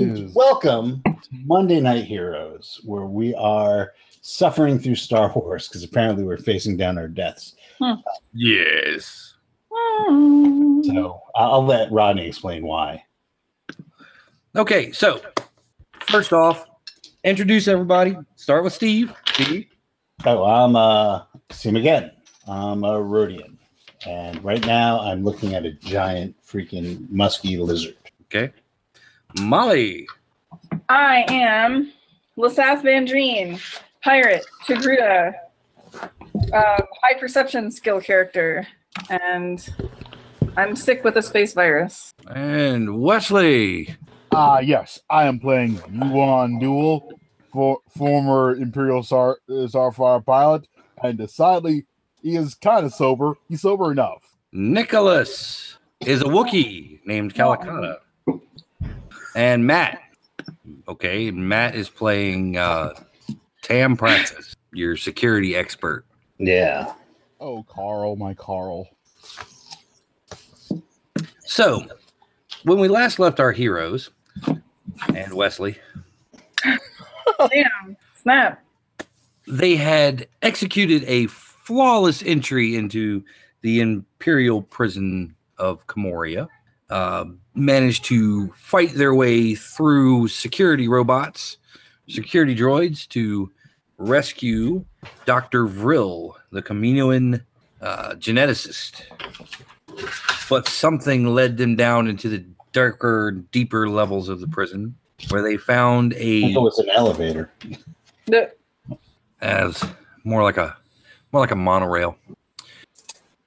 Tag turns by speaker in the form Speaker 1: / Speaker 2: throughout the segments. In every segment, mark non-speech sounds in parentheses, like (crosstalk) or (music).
Speaker 1: Welcome to Monday Night Heroes, where we are suffering through Star Wars because apparently we're facing down our deaths.
Speaker 2: Yes.
Speaker 1: So I- I'll let Rodney explain why.
Speaker 2: Okay, so first off, introduce everybody. Start with Steve. Steve.
Speaker 1: Oh, I'm uh, see him again. I'm a Rhodian, and right now I'm looking at a giant freaking musky lizard.
Speaker 2: Okay. Molly.
Speaker 3: I am Lasath Van Dreen, pirate, Chagruda, uh, high perception skill character, and I'm sick with a space virus.
Speaker 2: And Wesley.
Speaker 4: Ah, yes, I am playing Yuan Duel, for former Imperial Star uh, Starfire pilot, and decidedly he is kind of sober. He's sober enough.
Speaker 2: Nicholas is a Wookiee named Calicata. And Matt. Okay, Matt is playing uh, Tam Prentice, your security expert.
Speaker 1: Yeah.
Speaker 4: Oh, Carl, my Carl.
Speaker 2: So, when we last left our heroes and Wesley,
Speaker 3: Damn, snap.
Speaker 2: they had executed a flawless entry into the imperial prison of Camoria, uh, managed to fight their way through security robots, security droids to rescue Dr. Vril, the Caminoan uh, geneticist. But something led them down into the darker, deeper levels of the prison, where they found
Speaker 1: I
Speaker 2: a
Speaker 1: think It was an elevator.
Speaker 3: The-
Speaker 2: as more like a more like a monorail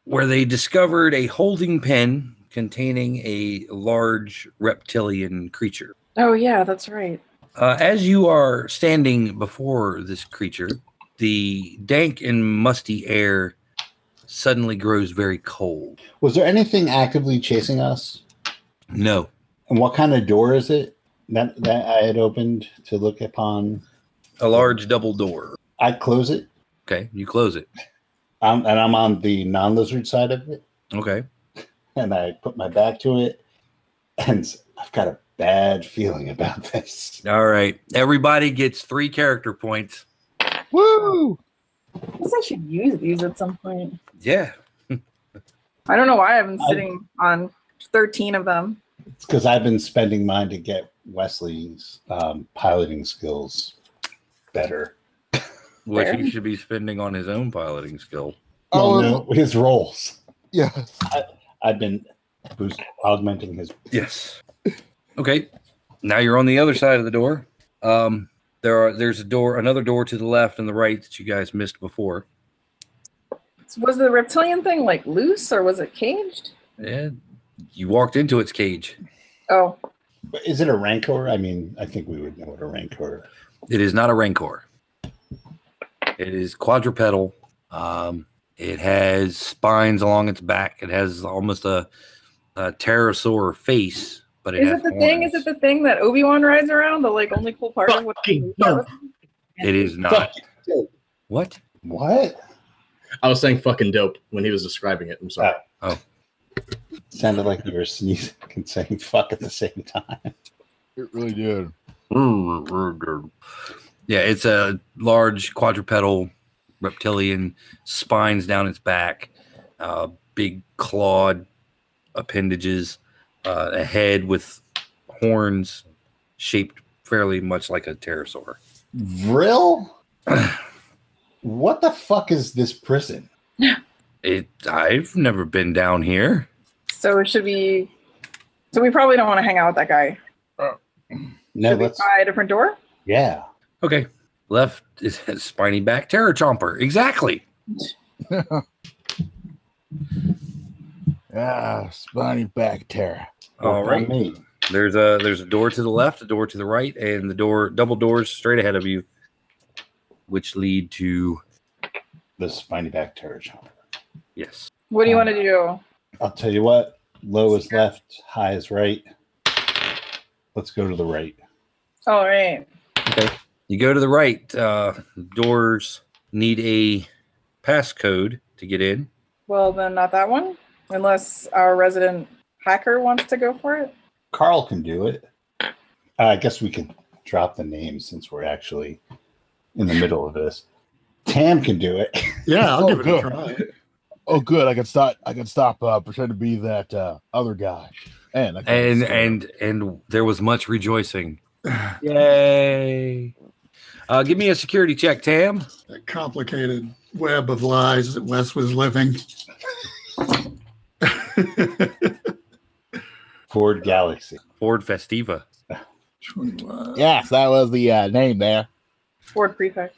Speaker 2: where they discovered a holding pen containing a large reptilian creature
Speaker 3: oh, yeah, that's right.
Speaker 2: uh, as you are standing before this creature the dank and musty air suddenly grows very cold
Speaker 1: Was there anything actively chasing us?
Speaker 2: no
Speaker 1: And what kind of door is it that, that I had opened to look upon?
Speaker 2: a large double door
Speaker 1: I close it,
Speaker 2: okay you close it
Speaker 1: um, and I'm on the non lizard side of it,
Speaker 2: okay
Speaker 1: and I put my back to it, and s- I've got a bad feeling about (laughs) this.
Speaker 2: all right everybody gets three character points
Speaker 4: Woo!
Speaker 3: I guess I should use these at some point.
Speaker 2: yeah
Speaker 3: I don't know why I've been
Speaker 1: I-
Speaker 3: sitting on 13 of them.
Speaker 1: It's because I've been spending mine to get Wesley's um, piloting skills better.
Speaker 2: which
Speaker 3: Fair.
Speaker 2: he should be spending on his own piloting skill
Speaker 4: Oh,
Speaker 1: Well, no, his roles.
Speaker 4: yes.
Speaker 1: I've been boost, augmenting his.
Speaker 2: Yes. Okay. Now you're on the other side of the door. Um, there are there's a door, another door to the left and the right that you guys missed before.
Speaker 3: Was the reptilian thing like loose or was it caged?
Speaker 2: Yeah. You walked into its cage.
Speaker 3: Oh,
Speaker 1: Is it a rancor? I mean, I think we would know what a rancor.
Speaker 2: It is not a rancor. It is quadrupedal. Um, it has spines along its back. It has almost a, a pterosaur face, but it
Speaker 3: is
Speaker 2: has
Speaker 3: it the thing? Is
Speaker 2: horns.
Speaker 3: it the thing that Obi Wan rides around? The like only cool part of what?
Speaker 5: Fucking
Speaker 2: It is not. What?
Speaker 1: What?
Speaker 5: I was saying fucking dope when he was describing it. I'm sorry.
Speaker 1: Sounded like you were sneezing (laughs) and saying fuck at the same time.
Speaker 4: It really did.
Speaker 2: Yeah, it's a large quadrupedal reptilian, spines down its back, uh, big clawed appendages, uh, a head with horns shaped fairly much like a pterosaur.
Speaker 1: Vril? what the fuck is this prison?
Speaker 2: It. I've never been down here.
Speaker 3: So should we? So we probably don't want to hang out with that guy.
Speaker 1: No,
Speaker 3: should we
Speaker 1: let's.
Speaker 3: try a different door?
Speaker 1: Yeah.
Speaker 2: Okay, left (laughs) is a spiny back terror chomper. Exactly.
Speaker 4: Ah, spiny back terror.
Speaker 2: All
Speaker 1: Worked on
Speaker 2: right.
Speaker 1: Me.
Speaker 2: There's a there's a door to the left, a door to the right, and the door double doors straight ahead of you, which lead to
Speaker 1: The spiny back terror chomper.
Speaker 2: yes.
Speaker 3: What
Speaker 1: Oh.
Speaker 3: do you want to do?
Speaker 1: I'll tell you what. Low is left, high is right. Let's go to the right.
Speaker 3: All right.
Speaker 2: You go to the right. Uh, doors need a passcode to get in.
Speaker 3: Well, then not that one, unless our resident hacker wants to go for it.
Speaker 1: Carl can do it. Uh, I guess we could drop the name since we're actually in the middle of this. Tam can do it. (laughs)
Speaker 6: Yeah, I'll
Speaker 4: Oh,
Speaker 6: give it
Speaker 4: good.
Speaker 7: (laughs)
Speaker 6: a try.
Speaker 4: Oh, good. I can stop. I can stop. Uh, pretend to be that uh, other guy. And I can-
Speaker 2: And and and there was much rejoicing. Yay! Uh, give me a security check, Tam.
Speaker 6: That complicated web of lies that Wes was living.
Speaker 1: Ford Galaxy.
Speaker 2: Ford Festiva.
Speaker 6: Twenty-
Speaker 4: yes, that was the uh, name there.
Speaker 3: Ford Prefect.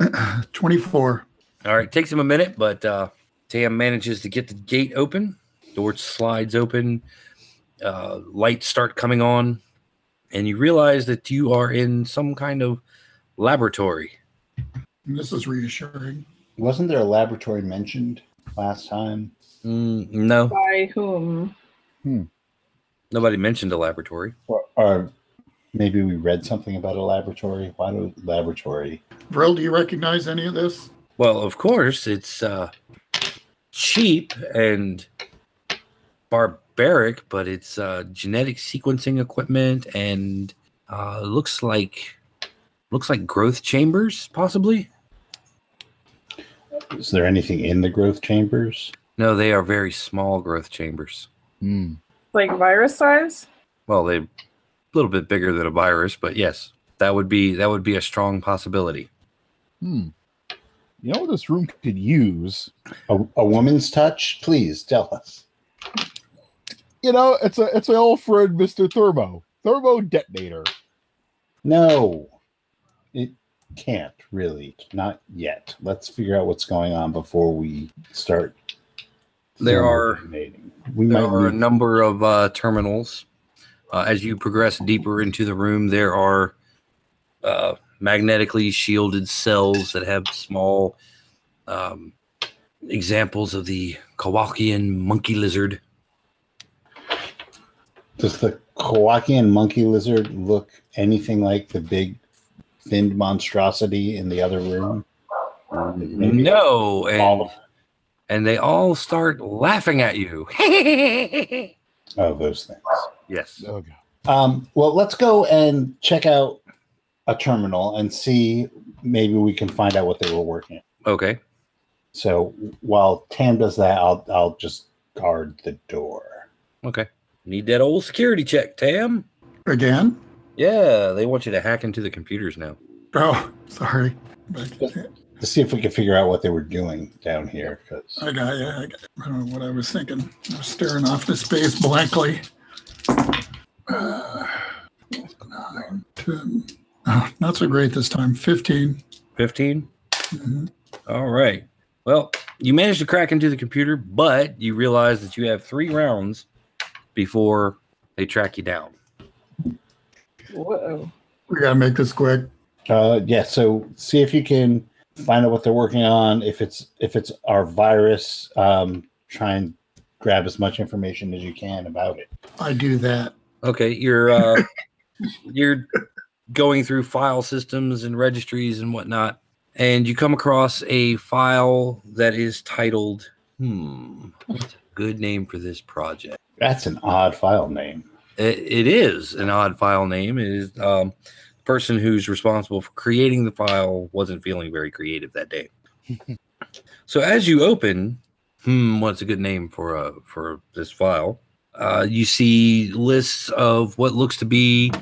Speaker 6: uh, 24.
Speaker 2: All right, takes him a minute, but uh, Tam manages to get the gate open. Door slides open. Uh, lights start coming on, and you realize that you are in some kind of laboratory.
Speaker 6: And this is reassuring.
Speaker 1: Wasn't there a laboratory mentioned last time?
Speaker 2: Mm, no,
Speaker 3: By whom?
Speaker 2: nobody mentioned a laboratory.
Speaker 1: Or, or maybe we read something about a laboratory? Why do laboratory?
Speaker 6: Vril, do you recognize any of this?
Speaker 2: Well, of course, it's uh, cheap and barbaric, but it's uh, genetic sequencing equipment and uh, looks like looks like growth chambers, possibly.
Speaker 1: Is there anything in the growth chambers?
Speaker 2: No, they are very small growth chambers.
Speaker 4: Hmm.
Speaker 3: Like virus size?
Speaker 2: Well, they a little bit bigger than a virus, but yes, that would be that would be a strong possibility.
Speaker 4: Hmm. You know what this room could use?
Speaker 1: A, a woman's touch? Please tell us.
Speaker 4: You know, it's a it's an old friend, Mister Thermo, Thermo Detonator.
Speaker 1: No, it can't really. Not yet. Let's figure out what's going on before we start.
Speaker 2: There are-
Speaker 1: detonating. We
Speaker 2: There
Speaker 1: might
Speaker 2: are a
Speaker 1: need-
Speaker 2: number of uh, terminals. Uh, as you progress deeper into the room, there are uh, magnetically shielded cells that have small um, examples of the Kowakian monkey lizard.
Speaker 1: Does the Kowakian monkey lizard look anything like the big finned monstrosity in the other room? Maybe
Speaker 2: No,
Speaker 1: all
Speaker 2: and,
Speaker 1: of-
Speaker 2: and they all start laughing at you. (laughs)
Speaker 1: oh, those things.
Speaker 2: yes.
Speaker 4: Oh god.
Speaker 1: Um, well, let's go and check out a terminal and see. Maybe we can find out what they were working. on.
Speaker 2: Okay.
Speaker 1: So while Tam does that, I'll I'll just guard the door.
Speaker 2: Okay. Need that old security check, Tam.
Speaker 6: Again?
Speaker 2: Yeah, they want you to hack into the computers now.
Speaker 6: Oh, sorry. Back-
Speaker 1: to see if we can figure out what they were doing down here. Because
Speaker 6: I got you. I, got, I don't know what I was thinking. I was staring off to space blankly. Uh, nine, 10. Oh, not so great this time. 15.
Speaker 2: 15?
Speaker 6: Mhm.
Speaker 2: All right. Well, you managed to crack into the computer, but you realize that you have three rounds before they track you down.
Speaker 3: Whoa.
Speaker 6: We got to make this quick.
Speaker 1: uh, yeah, so see if you can find out what they're working on. If it's if it's our virus, um, try and grab as much information as you can about it.
Speaker 6: I do that.
Speaker 2: Okay, you're uh, you're going through file systems and registries and whatnot, and you come across a file that is titled "Hmm." What's a good name for this project?
Speaker 1: That's an odd file name.
Speaker 2: It, it is an odd file name. It is um, the person who's responsible for creating the file wasn't feeling very creative that day. so as you open, hmm, what's a good name for uh, for this file? Uh, you see lists of what looks to be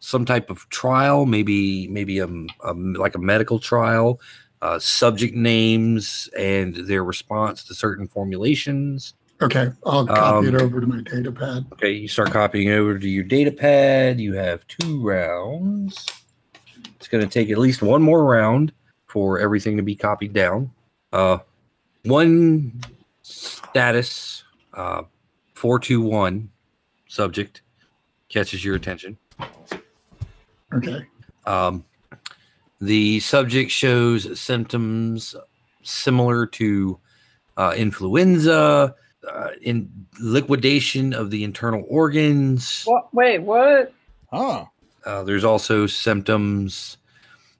Speaker 2: some type of trial, maybe maybe a, a like a medical trial, uh, subject names and their response to certain formulations.
Speaker 6: Okay. I'll copy
Speaker 2: Um,
Speaker 6: it over to my data pad.
Speaker 2: Okay, you start copying over to your data pad. You have two rounds. It's going to take at least one more round for everything to be copied down. Uh, one status, uh, 421 subject catches your attention.
Speaker 6: Okay.
Speaker 2: Um, the subject shows symptoms similar to uh, influenza, uh, in liquidation of the internal organs.
Speaker 3: What? Wait, what?
Speaker 4: Huh.
Speaker 2: Uh, there's also symptoms.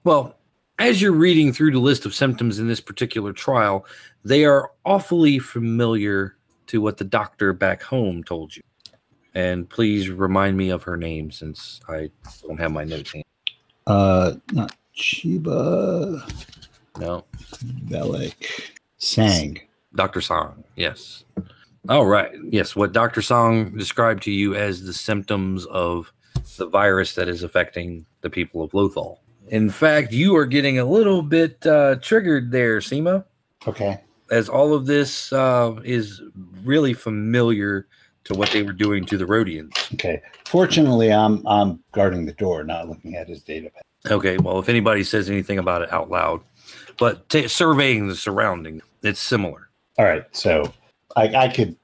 Speaker 2: Well, as you're reading through the list of symptoms in this particular trial, they are awfully familiar to what the doctor back home told you. And please remind me of her name since I don't have my notes. handy.
Speaker 6: Uh, not Chiba
Speaker 2: No,
Speaker 6: Velik.
Speaker 1: Sang.
Speaker 2: Dr. Song. Yes. All right. Yes. What Dr. Song described to you as the symptoms of the virus that is affecting the people of Lothal. In fact, you are getting a little bit uh, triggered there, Seema.
Speaker 1: Okay.
Speaker 2: as all of this uh, is really familiar to what they were doing to the Rhodians.
Speaker 1: Okay. Fortunately, I'm I'm guarding the door, not looking at his data. pad.
Speaker 2: Okay, well, if anybody says anything about it out loud, but ta surveying the surrounding, it's similar.
Speaker 1: All right. So I, I could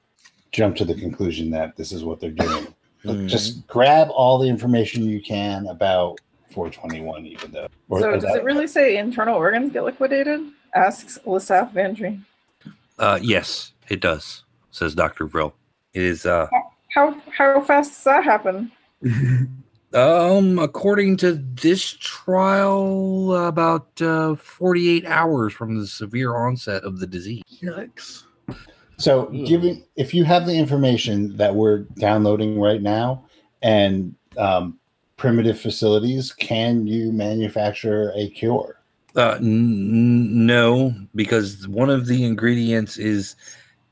Speaker 1: jump to the conclusion that this is what they're doing. But Just grab all the information you can about 421, even though. or-
Speaker 3: so
Speaker 1: or
Speaker 3: does
Speaker 1: that-
Speaker 3: it really say internal organs get liquidated? Asks Lissath Vandry.
Speaker 2: uh, yes, it does, says Doctor Vril. It is uh,
Speaker 3: How how fast does that happen?
Speaker 2: um according to this trial about uh, 48 hours from the severe onset of the disease.
Speaker 5: Yikes.
Speaker 1: So, giving if you have the information that we're downloading right now and um, primitive facilities, can you manufacture a cure?
Speaker 2: Uh, n- n- no, because one of the ingredients is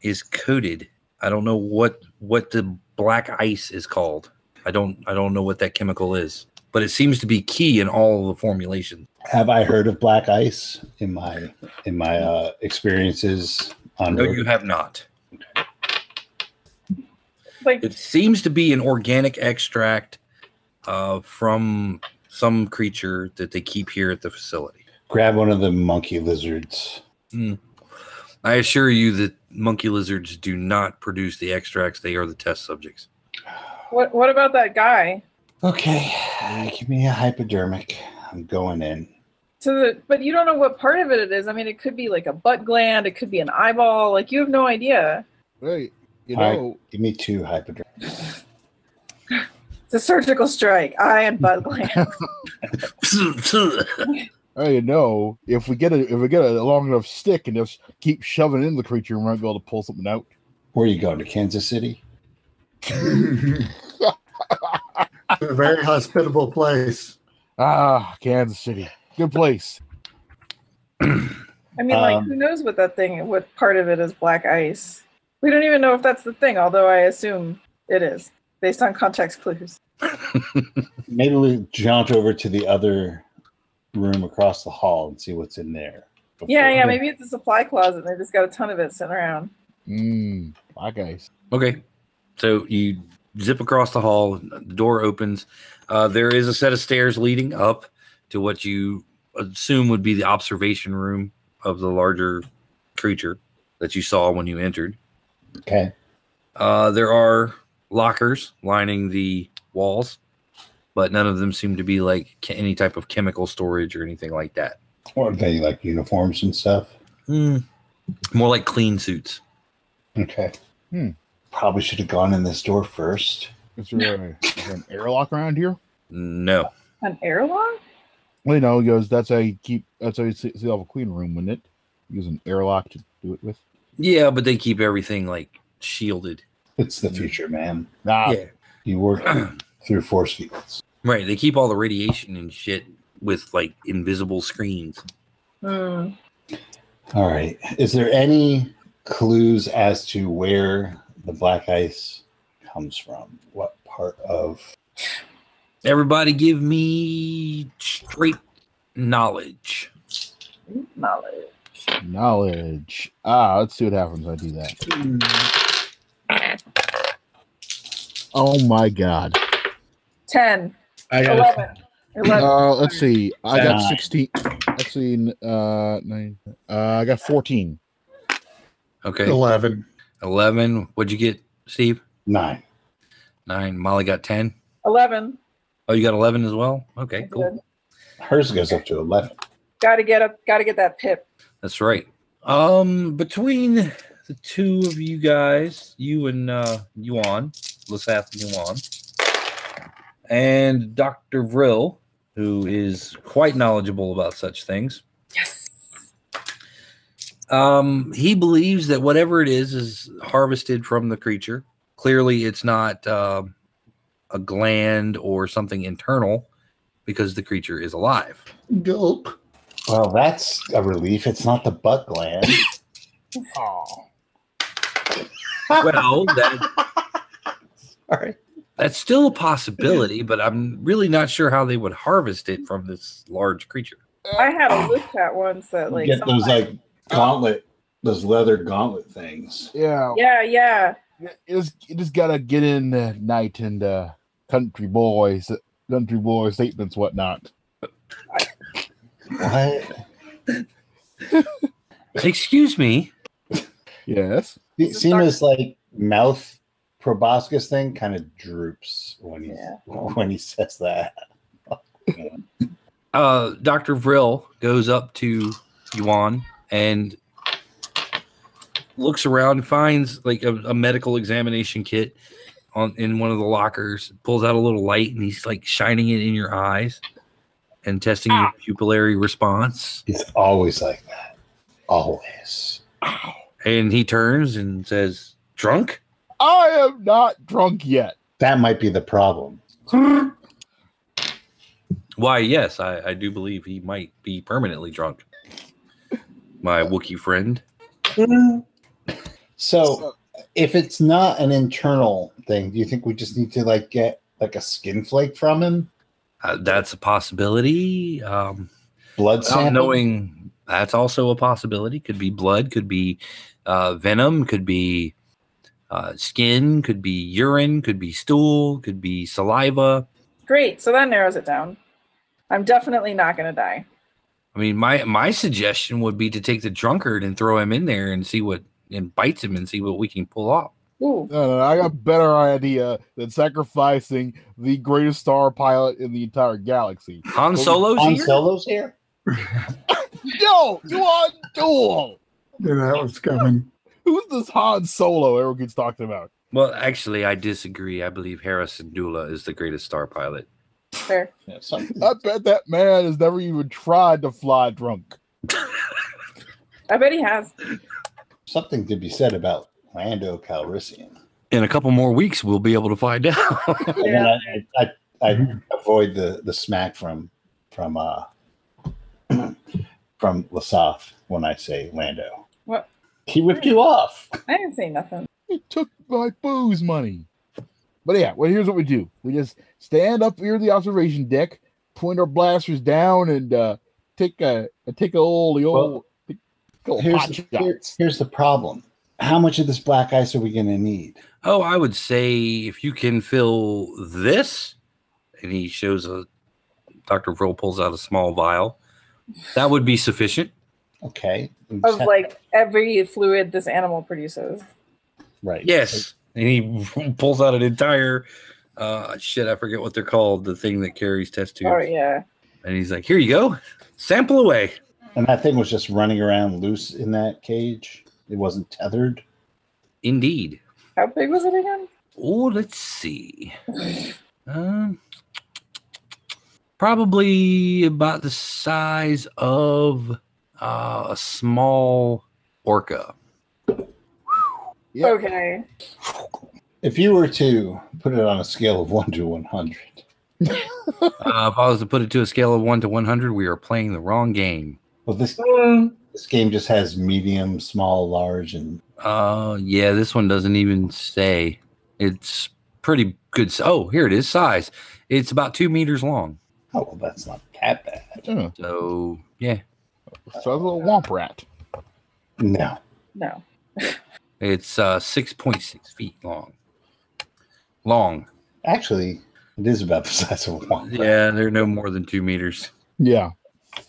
Speaker 2: is coated. I don't know what what the black ice is called. I don't I don't know what that chemical is, but it seems to be key in all of the formulations.
Speaker 1: Have I heard of black ice in my in my uh, experiences on?
Speaker 2: No,
Speaker 1: road?
Speaker 2: you have not.
Speaker 3: Like
Speaker 2: It seems to be an organic extract uh, from some creature that they keep here at the facility.
Speaker 1: Grab one of the monkey lizards.
Speaker 2: I assure you that monkey lizards do not produce the extracts. They are the test subjects. (laughs)
Speaker 3: what what about that guy?
Speaker 1: Okay, give me a hypodermic. I'm going in.
Speaker 3: So the, but you don't know what part of it it is. I mean, it could be like a butt gland, it could be an eyeball. Like you have no idea.
Speaker 4: Wait, you
Speaker 1: All right.
Speaker 4: know,
Speaker 1: Give me two hypodermic.
Speaker 3: It's a surgical strike. Eye
Speaker 1: (laughs)
Speaker 3: and butt gland.
Speaker 4: hey, you know, if we get a if we get a long enough stick and just keep shoving it in the creature, we might be able to pull something out.
Speaker 1: Where are you going to Kansas City?
Speaker 6: A very hospitable place.
Speaker 4: Ah, Kansas City, good place.
Speaker 3: I mean, like
Speaker 1: Um,
Speaker 3: who knows what that thing, what part of it is black ice? We don't even know if that's the thing. Although I assume it is based on context clues.
Speaker 1: Maybe we jaunt over to the other room across the hall and see what's in there.
Speaker 3: Yeah,
Speaker 1: before-
Speaker 3: yeah. Maybe it's a supply closet. and They just got a ton of it sitting around.
Speaker 4: Mm, my guys.
Speaker 2: Okay. So you zip across the hall, the door opens. Uh, there is a set of stairs leading up to what you assume would be the observation room of the larger creature that you saw when you entered.
Speaker 1: Okay.
Speaker 2: Uh, there are lockers lining the walls, but none of them seem to be like che- any type of chemical storage or anything like that.
Speaker 1: Or they like uniforms and stuff.
Speaker 2: Hmm. More like clean suits.
Speaker 1: Okay.
Speaker 4: Hmm.
Speaker 1: Probably should have gone in this door first.
Speaker 4: Is there, a, is there an airlock around here?
Speaker 2: No.
Speaker 3: An airlock?
Speaker 4: Well, you know, he goes, that's how you keep, that's how you see, see all the clean room, wouldn't it? Use an airlock to do it with.
Speaker 2: Yeah, but they keep everything like shielded.
Speaker 1: It's the future, man.
Speaker 4: Nah,
Speaker 2: yeah.
Speaker 1: You work (clears throat) through force fields.
Speaker 2: Right. They keep all the radiation and shit with like invisible screens.
Speaker 3: Hmm.
Speaker 1: All right. Is there any clues as to where the black ice comes from? What part of
Speaker 2: Everybody give me straight knowledge.
Speaker 3: Knowledge.
Speaker 4: knowledge. Ah, let's see what happens. when I do that. Oh my god.
Speaker 3: Ten.
Speaker 5: I got it.
Speaker 3: Eleven. Eleven.
Speaker 4: Uh, let's see. I got
Speaker 1: Nine.
Speaker 4: 16. Let's see. Uh, nine. Uh, I got 14.
Speaker 2: Okay.
Speaker 6: 11.
Speaker 2: 11. What'd you get, Steve?
Speaker 1: nine?
Speaker 2: Nine. Molly got 10.
Speaker 3: Eleven.
Speaker 2: Oh, you got 11 as well? Okay, cool.
Speaker 1: Hers goes up to 11.
Speaker 3: Got to get up. Got to get that pip.
Speaker 2: That's right. Um, between the two of you guys, you and uh, Yuan, Lasath and Yuan, and Dr. Vril, who is quite knowledgeable about such things,
Speaker 3: Yes.
Speaker 2: Um, he believes that whatever it is is harvested from the creature Clearly, it's not uh, a gland or something internal because the creature is alive.
Speaker 6: Gulp.
Speaker 1: Well, that's a relief. It's not the butt gland.
Speaker 4: Oh,
Speaker 2: Well, that,
Speaker 1: Sorry.
Speaker 2: that's still a possibility, but I'm really not sure how they would harvest it from this large creature.
Speaker 3: I had a look at once that like
Speaker 1: Get those
Speaker 3: somebody-
Speaker 1: like gauntlet, those leather gauntlet things.
Speaker 4: yeah.
Speaker 3: yeah, yeah.
Speaker 4: You just, you just gotta get in uh, night and uh, country boys, country boy statements, whatnot.
Speaker 1: What?
Speaker 2: Excuse me.
Speaker 4: Yes.
Speaker 1: Seema's like mouth proboscis thing kind of droops when he
Speaker 3: Yeah.
Speaker 1: (laughs) when he says that.
Speaker 2: Uh, Dr. Vril goes up to Yuan and looks around, finds like a, a medical examination kit on in one of the lockers, pulls out a little light, and he's like shining it in your eyes and testing your pupillary response.
Speaker 1: It's always like that. Always.
Speaker 2: And he turns and says, Drunk?
Speaker 4: I am not drunk yet.
Speaker 1: That might be the problem.
Speaker 2: Why, yes, I, I do believe he might be permanently drunk. My Wookiee friend.
Speaker 4: Oh,
Speaker 1: So, if it's not an internal thing, do you think we just need to like get like a skin flake from him?
Speaker 2: Uh, that's a possibility. Um,
Speaker 1: Blood
Speaker 2: without
Speaker 1: sample?
Speaker 2: knowing that's also a possibility. Could be blood, could be uh, venom, could be uh, skin, could be urine, could be stool, could be saliva.
Speaker 3: Great. So that narrows it down. I'm definitely not gonna die.
Speaker 2: I mean, my my suggestion would be to take the drunkard and throw him in there and see what and bites him and see what we can pull off.
Speaker 3: Ooh.
Speaker 4: No, no, no, I got a better idea than sacrificing the greatest star pilot in the entire galaxy.
Speaker 2: Han Solo's
Speaker 1: Han
Speaker 2: here.
Speaker 1: Solo's here?
Speaker 4: Yo, you on duel?
Speaker 6: Knew that was coming.
Speaker 4: Who's this Han Solo everyone keeps talking about?
Speaker 2: Well, actually, I disagree. I believe Harrison Dula is the greatest star pilot.
Speaker 3: Fair.
Speaker 1: Yeah, some-
Speaker 4: I bet that man has never even tried to fly drunk.
Speaker 3: I bet he has.
Speaker 1: something to be said about Lando Calrissian.
Speaker 2: In a couple more weeks, we'll be able to find (laughs) out.
Speaker 1: And then I, I, I, I avoid the, the smack from from uh (clears throat) from Lasoth when I say Lando.
Speaker 3: What?
Speaker 1: He ripped you off.
Speaker 3: I didn't say nothing.
Speaker 4: He took my booze money. But yeah, well, here's what we do: we just stand up near the observation deck, point our blasters down, and uh, take a take a old the old. take a old
Speaker 1: Here's
Speaker 4: hot
Speaker 1: the,
Speaker 4: shot.
Speaker 1: here- here's the problem. How much of this black ice are we gonna need?
Speaker 2: Oh, I would say if you can fill this, and he shows a Dr. Vril pulls out a small vial, that would be sufficient.
Speaker 1: Okay. we just
Speaker 3: Of
Speaker 1: have-
Speaker 3: like every fluid this animal produces.
Speaker 1: right.
Speaker 2: Yes. And he (laughs) pulls out an entire uh shit, I forget what they're called, the thing that carries test tubes.
Speaker 3: Oh yeah.
Speaker 2: And he's like, Here you go, sample away.
Speaker 1: And that thing was just running around loose in that cage. It wasn't tethered.
Speaker 2: Indeed.
Speaker 3: How big was it again?
Speaker 2: Oh, let's see. Um probably about the size of uh, a small orca.
Speaker 4: Yeah.
Speaker 3: Okay.
Speaker 1: If you were to put it on a scale of one to one hundred,
Speaker 2: Uh, if I was to put it to a scale of one to one hundred, we are playing the wrong game.
Speaker 1: well, this
Speaker 3: Mm.
Speaker 1: this game just has medium, small, large, and
Speaker 2: Uh, yeah, this one doesn't even say. It's pretty good. s- Oh, here it is. Size. It's about two meters long.
Speaker 1: oh, well, that's not that bad.
Speaker 4: Yeah,
Speaker 2: So yeah,
Speaker 4: so that's a little womp rat.
Speaker 1: No,
Speaker 3: No.
Speaker 2: it's uh, six point six feet long. Long.
Speaker 1: actually, it is about the (laughs) size of one.
Speaker 2: Yeah, they're no more than two meters.
Speaker 4: Yeah.
Speaker 3: I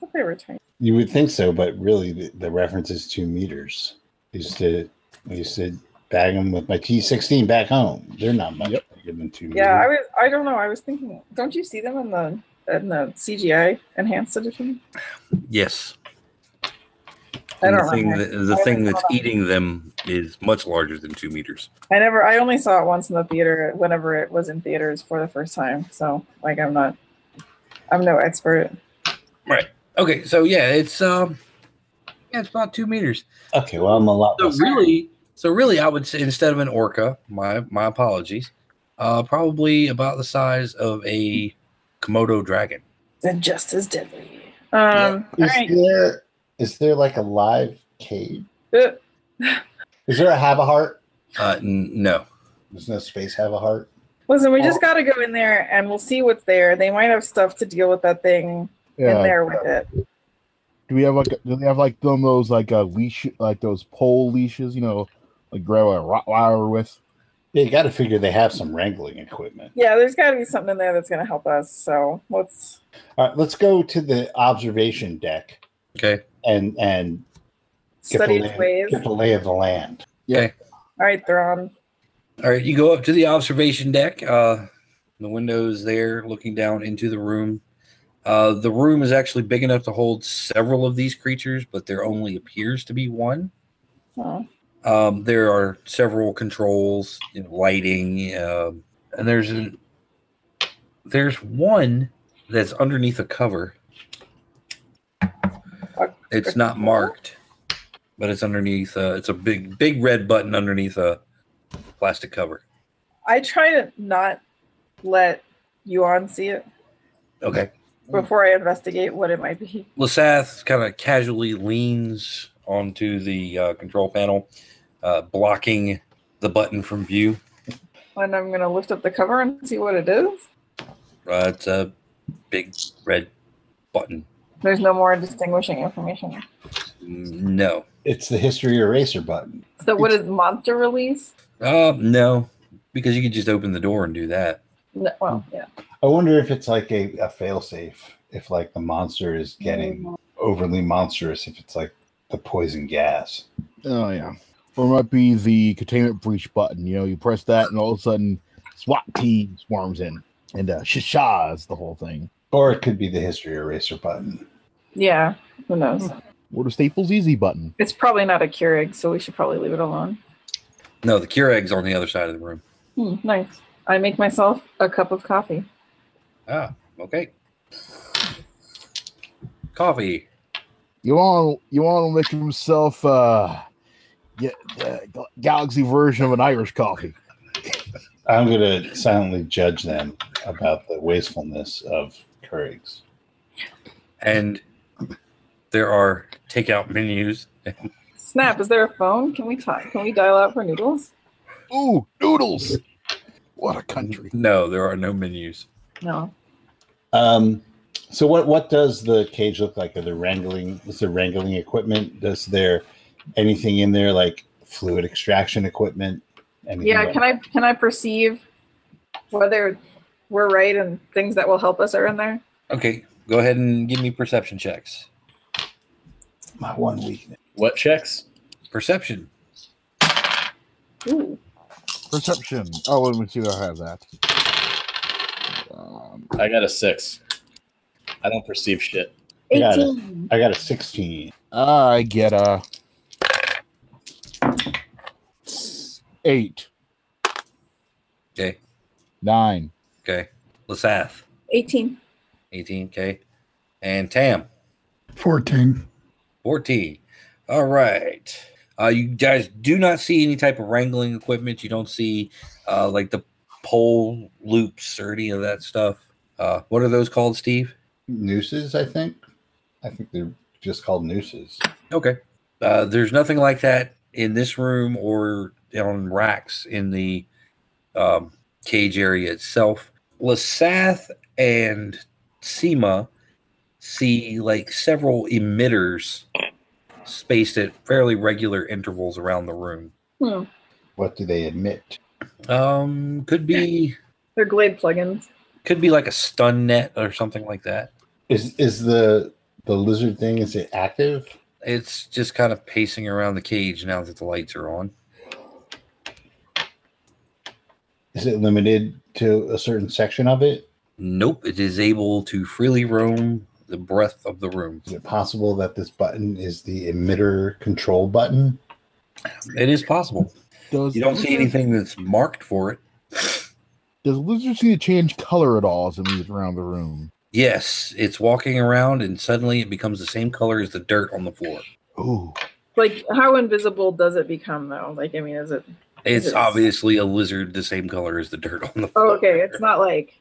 Speaker 3: thought they were tiny.
Speaker 1: you would think so, but really, the, the reference is two meters. I used to I used to bag them with my T sixteen back home. They're not much bigger than two
Speaker 3: Yeah, I
Speaker 1: meters.
Speaker 3: was I don't know. I was thinking don't you see them in the in the CGI enhanced edition?
Speaker 2: Yes.
Speaker 3: I
Speaker 2: And
Speaker 3: don't
Speaker 2: the thing,
Speaker 3: remember.
Speaker 2: that, the
Speaker 3: I
Speaker 2: thing
Speaker 3: haven't
Speaker 2: that's
Speaker 3: thought of-
Speaker 2: eating them is much larger than two meters.
Speaker 3: I never I only saw it once in the theater whenever it was in theaters for the first time. So like I'm not I'm no expert.
Speaker 2: Okay, so yeah, it's um, yeah, it's about two meters.
Speaker 1: okay, well, I'm a lot.
Speaker 2: So
Speaker 1: less-
Speaker 2: really, So really, I would say instead of an orca, my my apologies, uh, probably about the size of a Komodo dragon.
Speaker 3: And just as deadly. Um, all
Speaker 1: Is
Speaker 3: right.
Speaker 1: there is there like a live cave?
Speaker 3: Uh,
Speaker 1: Is there a have a heart?
Speaker 2: Uh, n- no,
Speaker 1: There's no space have a heart.
Speaker 3: Listen,
Speaker 1: Oh.
Speaker 3: we just got to go in there and we'll see what's there. They might have stuff to deal with that thing in
Speaker 4: Yeah.
Speaker 3: there with it.
Speaker 4: Do we have like do they have like them those like uh leash like those pole leashes, you know, like grab a Rottweiler with?
Speaker 1: Yeah, you got to figure they have some wrangling equipment.
Speaker 3: Yeah, there's got to be something in there that's going to help us. So let's.
Speaker 1: All right, let's go to the observation deck
Speaker 2: okay.
Speaker 1: and and get
Speaker 3: Study
Speaker 1: the
Speaker 3: its
Speaker 1: lay-
Speaker 3: ways.
Speaker 1: Get the lay of the land.
Speaker 3: All right, Thrawn.
Speaker 2: All right, you go up to the observation deck. Uh, the windows there, looking down into the room. Uh, the room is actually big enough to hold several of these creatures, but there only appears to be one.
Speaker 3: Oh.
Speaker 2: Um, there are several controls, you know, lighting, um and there's an, there's one that's underneath a cover. It's not marked, but it's underneath. Uh, it's a big, big red button underneath a plastic cover.
Speaker 3: I try to not let Yuan see it
Speaker 2: Okay.
Speaker 1: Mm.
Speaker 3: before I investigate what it might be.
Speaker 2: Lasath kind of casually leans onto the uh, control panel, uh, blocking the button from view.
Speaker 3: And I'm going to lift up the cover and see what it is.
Speaker 2: Uh, it's a big red button.
Speaker 3: There's no more distinguishing information.
Speaker 2: No.
Speaker 1: It's the history eraser button.
Speaker 3: So, what is monster release?
Speaker 2: Uh, no, because you could just open the door and do that.
Speaker 3: No, well,
Speaker 1: Hmm.
Speaker 3: yeah.
Speaker 1: I wonder if it's like a, a failsafe. If like the monster is getting overly monstrous, if it's like the poison gas.
Speaker 4: Oh yeah. Or it might be the containment breach button. You know, you press that and all of a sudden SWAT team swarms in and uh shashas the whole thing.
Speaker 1: Or it could be the history eraser button.
Speaker 3: Yeah, who knows?
Speaker 4: Or the Staples Easy button.
Speaker 3: It's probably not a Keurig, so we should probably leave it alone.
Speaker 2: No, the cure egg's on the other side of the room.
Speaker 3: Hmm, nice. I make myself a cup of coffee.
Speaker 2: Ah, okay. Coffee.
Speaker 4: You want you want to make himself uh get the galaxy version of an Irish coffee.
Speaker 1: I'm gonna silently judge them about the wastefulness of Keurigs.
Speaker 2: And there are takeout menus.
Speaker 3: Snap, is there a phone? Can we talk? Can we dial out for noodles?
Speaker 4: Ooh, noodles. What a country.
Speaker 2: No, there are no menus.
Speaker 3: No.
Speaker 1: Um, so what what does the cage look like? Are the wrangling is there wrangling equipment? Does there anything in there like fluid extraction equipment? Anything
Speaker 3: Yeah,
Speaker 1: like-
Speaker 3: can I can I perceive whether we're right and things that will help us are in there?
Speaker 2: Okay, go ahead and give me perception checks.
Speaker 1: my one weakness.
Speaker 5: What checks?
Speaker 2: Perception.
Speaker 3: Ooh.
Speaker 4: Perception. Oh, let me see if I have that. Um,
Speaker 5: I got a six. I don't perceive shit.
Speaker 1: I got it.
Speaker 3: 18.
Speaker 1: I got a 16.
Speaker 4: Ah, I get a eight,
Speaker 2: Okay,
Speaker 4: nine.
Speaker 2: okay. Lasath,
Speaker 3: 18.
Speaker 2: 18K. And Tam,
Speaker 6: 14.
Speaker 2: 14. All right. Uh, you guys do not see any type of wrangling equipment. You don't see uh, like the pole loops or any of that stuff. Uh, what are those called, Steve?
Speaker 1: Nooses, I think. I think they're just called nooses.
Speaker 2: Okay. Uh, there's nothing like that in this room or on racks in the um, cage area itself. Lasath and Seema see like several emitters spaced at fairly regular intervals around the room.
Speaker 3: Hmm.
Speaker 1: What do they emit?
Speaker 2: Um, could be
Speaker 3: They're Glade plugins.
Speaker 2: could be like a stun net or something like that.
Speaker 1: Is is the the lizard thing is it active?
Speaker 2: It's just kind of pacing around the cage now that the lights are on.
Speaker 1: Is it limited to a certain section of it?
Speaker 2: Nope, it is able to freely roam the breadth of the room.
Speaker 1: Is it possible that this button is the emitter control button?
Speaker 2: It is possible.
Speaker 4: Does
Speaker 2: You don't see
Speaker 4: lizard-
Speaker 2: anything that's marked for it.
Speaker 4: Does lizard seem to change color at all as it moves around the room?
Speaker 2: Yes, it's walking around and suddenly it becomes the same color as the dirt on the floor.
Speaker 4: Ooh,
Speaker 3: Like, how invisible does it become, though? Like, I mean, is it?
Speaker 2: It's
Speaker 3: Yes.
Speaker 2: obviously a lizard, the same color as the dirt on the
Speaker 3: Oh,
Speaker 2: floor.
Speaker 3: okay. It's not like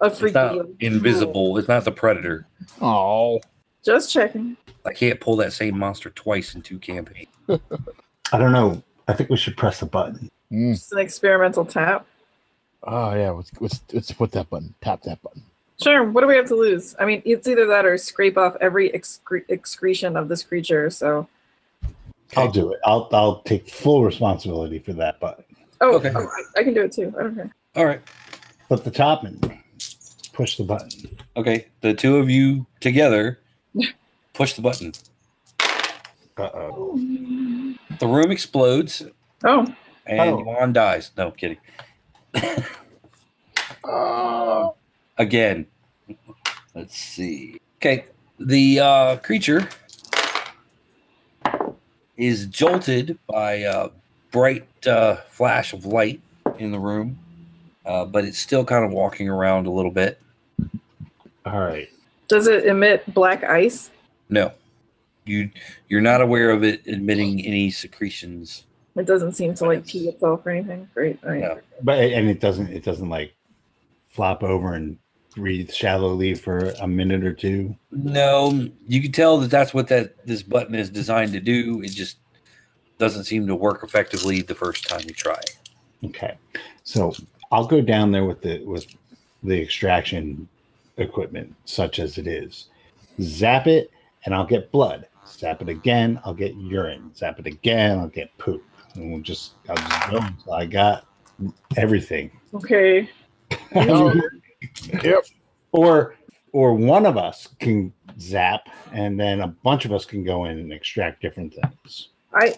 Speaker 3: a
Speaker 2: It's
Speaker 3: freaky.
Speaker 2: not invisible. It's not the predator.
Speaker 4: Oh,
Speaker 3: Just checking.
Speaker 2: I can't pull that same monster twice in two campaigns.
Speaker 1: I don't know. I think we should press the button.
Speaker 4: mm.
Speaker 3: Just an experimental tap.
Speaker 4: oh yeah. Let's, let's let's put that button. Tap that button.
Speaker 3: Sure. What do we have to lose? I mean, it's either that or scrape off every excre- excretion of this creature. So.
Speaker 1: I'll do it. I'll I'll take full responsibility for that button.
Speaker 3: Oh,
Speaker 2: Okay.
Speaker 3: oh, I, I can do it too. I don't care.
Speaker 2: All right.
Speaker 1: But the topman, push the button.
Speaker 2: Okay. The two of you
Speaker 3: (laughs)
Speaker 2: together push the button.
Speaker 1: Uh oh.
Speaker 2: The room explodes
Speaker 3: Oh,
Speaker 2: and
Speaker 1: Oh.
Speaker 2: Yuan dies. No, I'm kidding. Again. Let's see. Okay. The uh, creature is jolted by a bright uh, flash of light in the room, uh, but it's still kind of walking around a little bit.
Speaker 1: All right.
Speaker 3: does it emit black ice?
Speaker 2: No, you you're not aware of it emitting any secretions.
Speaker 3: It doesn't seem to like pee itself or anything. Great. All right.
Speaker 2: No.
Speaker 1: But and it doesn't it doesn't like flop over and breathe shallowly for a minute or two.
Speaker 2: No, you can tell that that's what that this button is designed to do. It just doesn't seem to work effectively the first time you try. it.
Speaker 1: Okay. So I'll go down there with the with the extraction equipment, such as it is. Zap it, and I'll get blood. Zap it again, I'll get urine. Zap it again, I'll get poop. And we'll just I'll just go until I got everything.
Speaker 3: Okay.
Speaker 4: Oh, yep.
Speaker 1: or or one of us can zap, and then a bunch of us can go in and extract different things.
Speaker 3: I.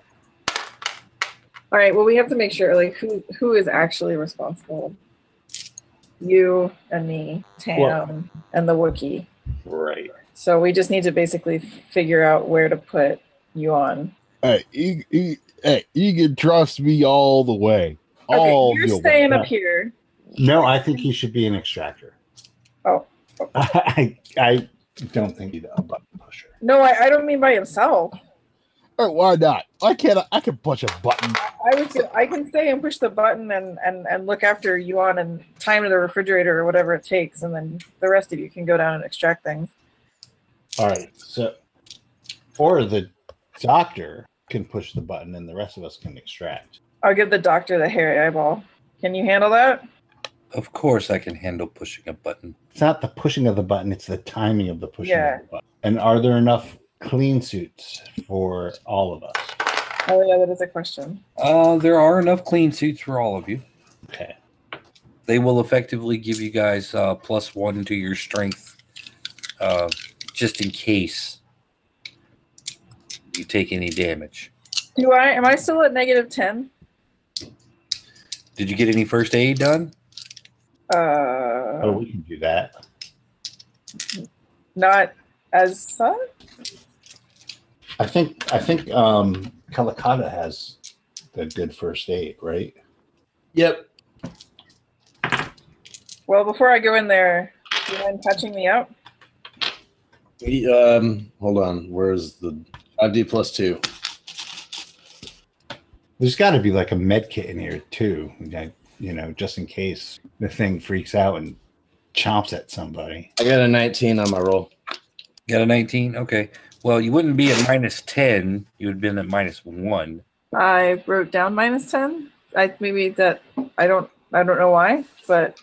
Speaker 3: All right. Well, we have to make sure like who who is actually responsible. You and me, Tam,
Speaker 1: Well-
Speaker 3: and the Wookiee.
Speaker 1: Right.
Speaker 3: So we just need to basically figure out where to put you on.
Speaker 4: Hey, you, you, hey, you can trust me all the way.
Speaker 3: Okay,
Speaker 4: All
Speaker 3: you're
Speaker 4: the
Speaker 3: staying
Speaker 4: way.
Speaker 3: up here.
Speaker 1: No, I think he should be an extractor.
Speaker 3: Oh.
Speaker 1: (laughs) I I don't think he's a button pusher.
Speaker 3: No, I, I don't mean by himself.
Speaker 4: Hey, why not? I can I can push a button.
Speaker 3: I would. Say, I can stay and push the button and and and look after you on and time to the refrigerator or whatever it takes, and then the rest of you can go down and extract things.
Speaker 1: All right. So, or the doctor can push the button, and the rest of us can extract.
Speaker 3: I'll give the doctor the hairy eyeball. Can you handle that?
Speaker 2: Of course, I can handle pushing a button.
Speaker 1: It's not the pushing of the button; it's the timing of the pushing
Speaker 3: Yeah.
Speaker 1: of the button. And are there enough clean suits for all of us?
Speaker 3: Oh yeah, that is a question.
Speaker 2: Uh, there are enough clean suits for all of you.
Speaker 1: Okay.
Speaker 2: They will effectively give you guys uh, plus one to your strength, uh, just in case you take any damage.
Speaker 3: Do I? Am I still at negative ten?
Speaker 2: Did you get any first aid done?
Speaker 1: Oh,
Speaker 3: Uh,
Speaker 1: we can do that.
Speaker 3: not as such.
Speaker 1: I think I think um Calicata has the good first aid, right?
Speaker 5: Yep.
Speaker 3: Well, before I go in there, do you mind patching me up?
Speaker 5: He, um, hold on. Where's the 5D plus two?
Speaker 1: There's got to be like a med kit in here too, that, you know, just in case the thing freaks out and chomps at somebody.
Speaker 5: I got a 19 on my roll.
Speaker 2: Got a 19? Okay. Well, you wouldn't be at minus 10. You would have been at minus 1.
Speaker 3: I wrote down minus ten. I maybe that I don't. I don't know why, but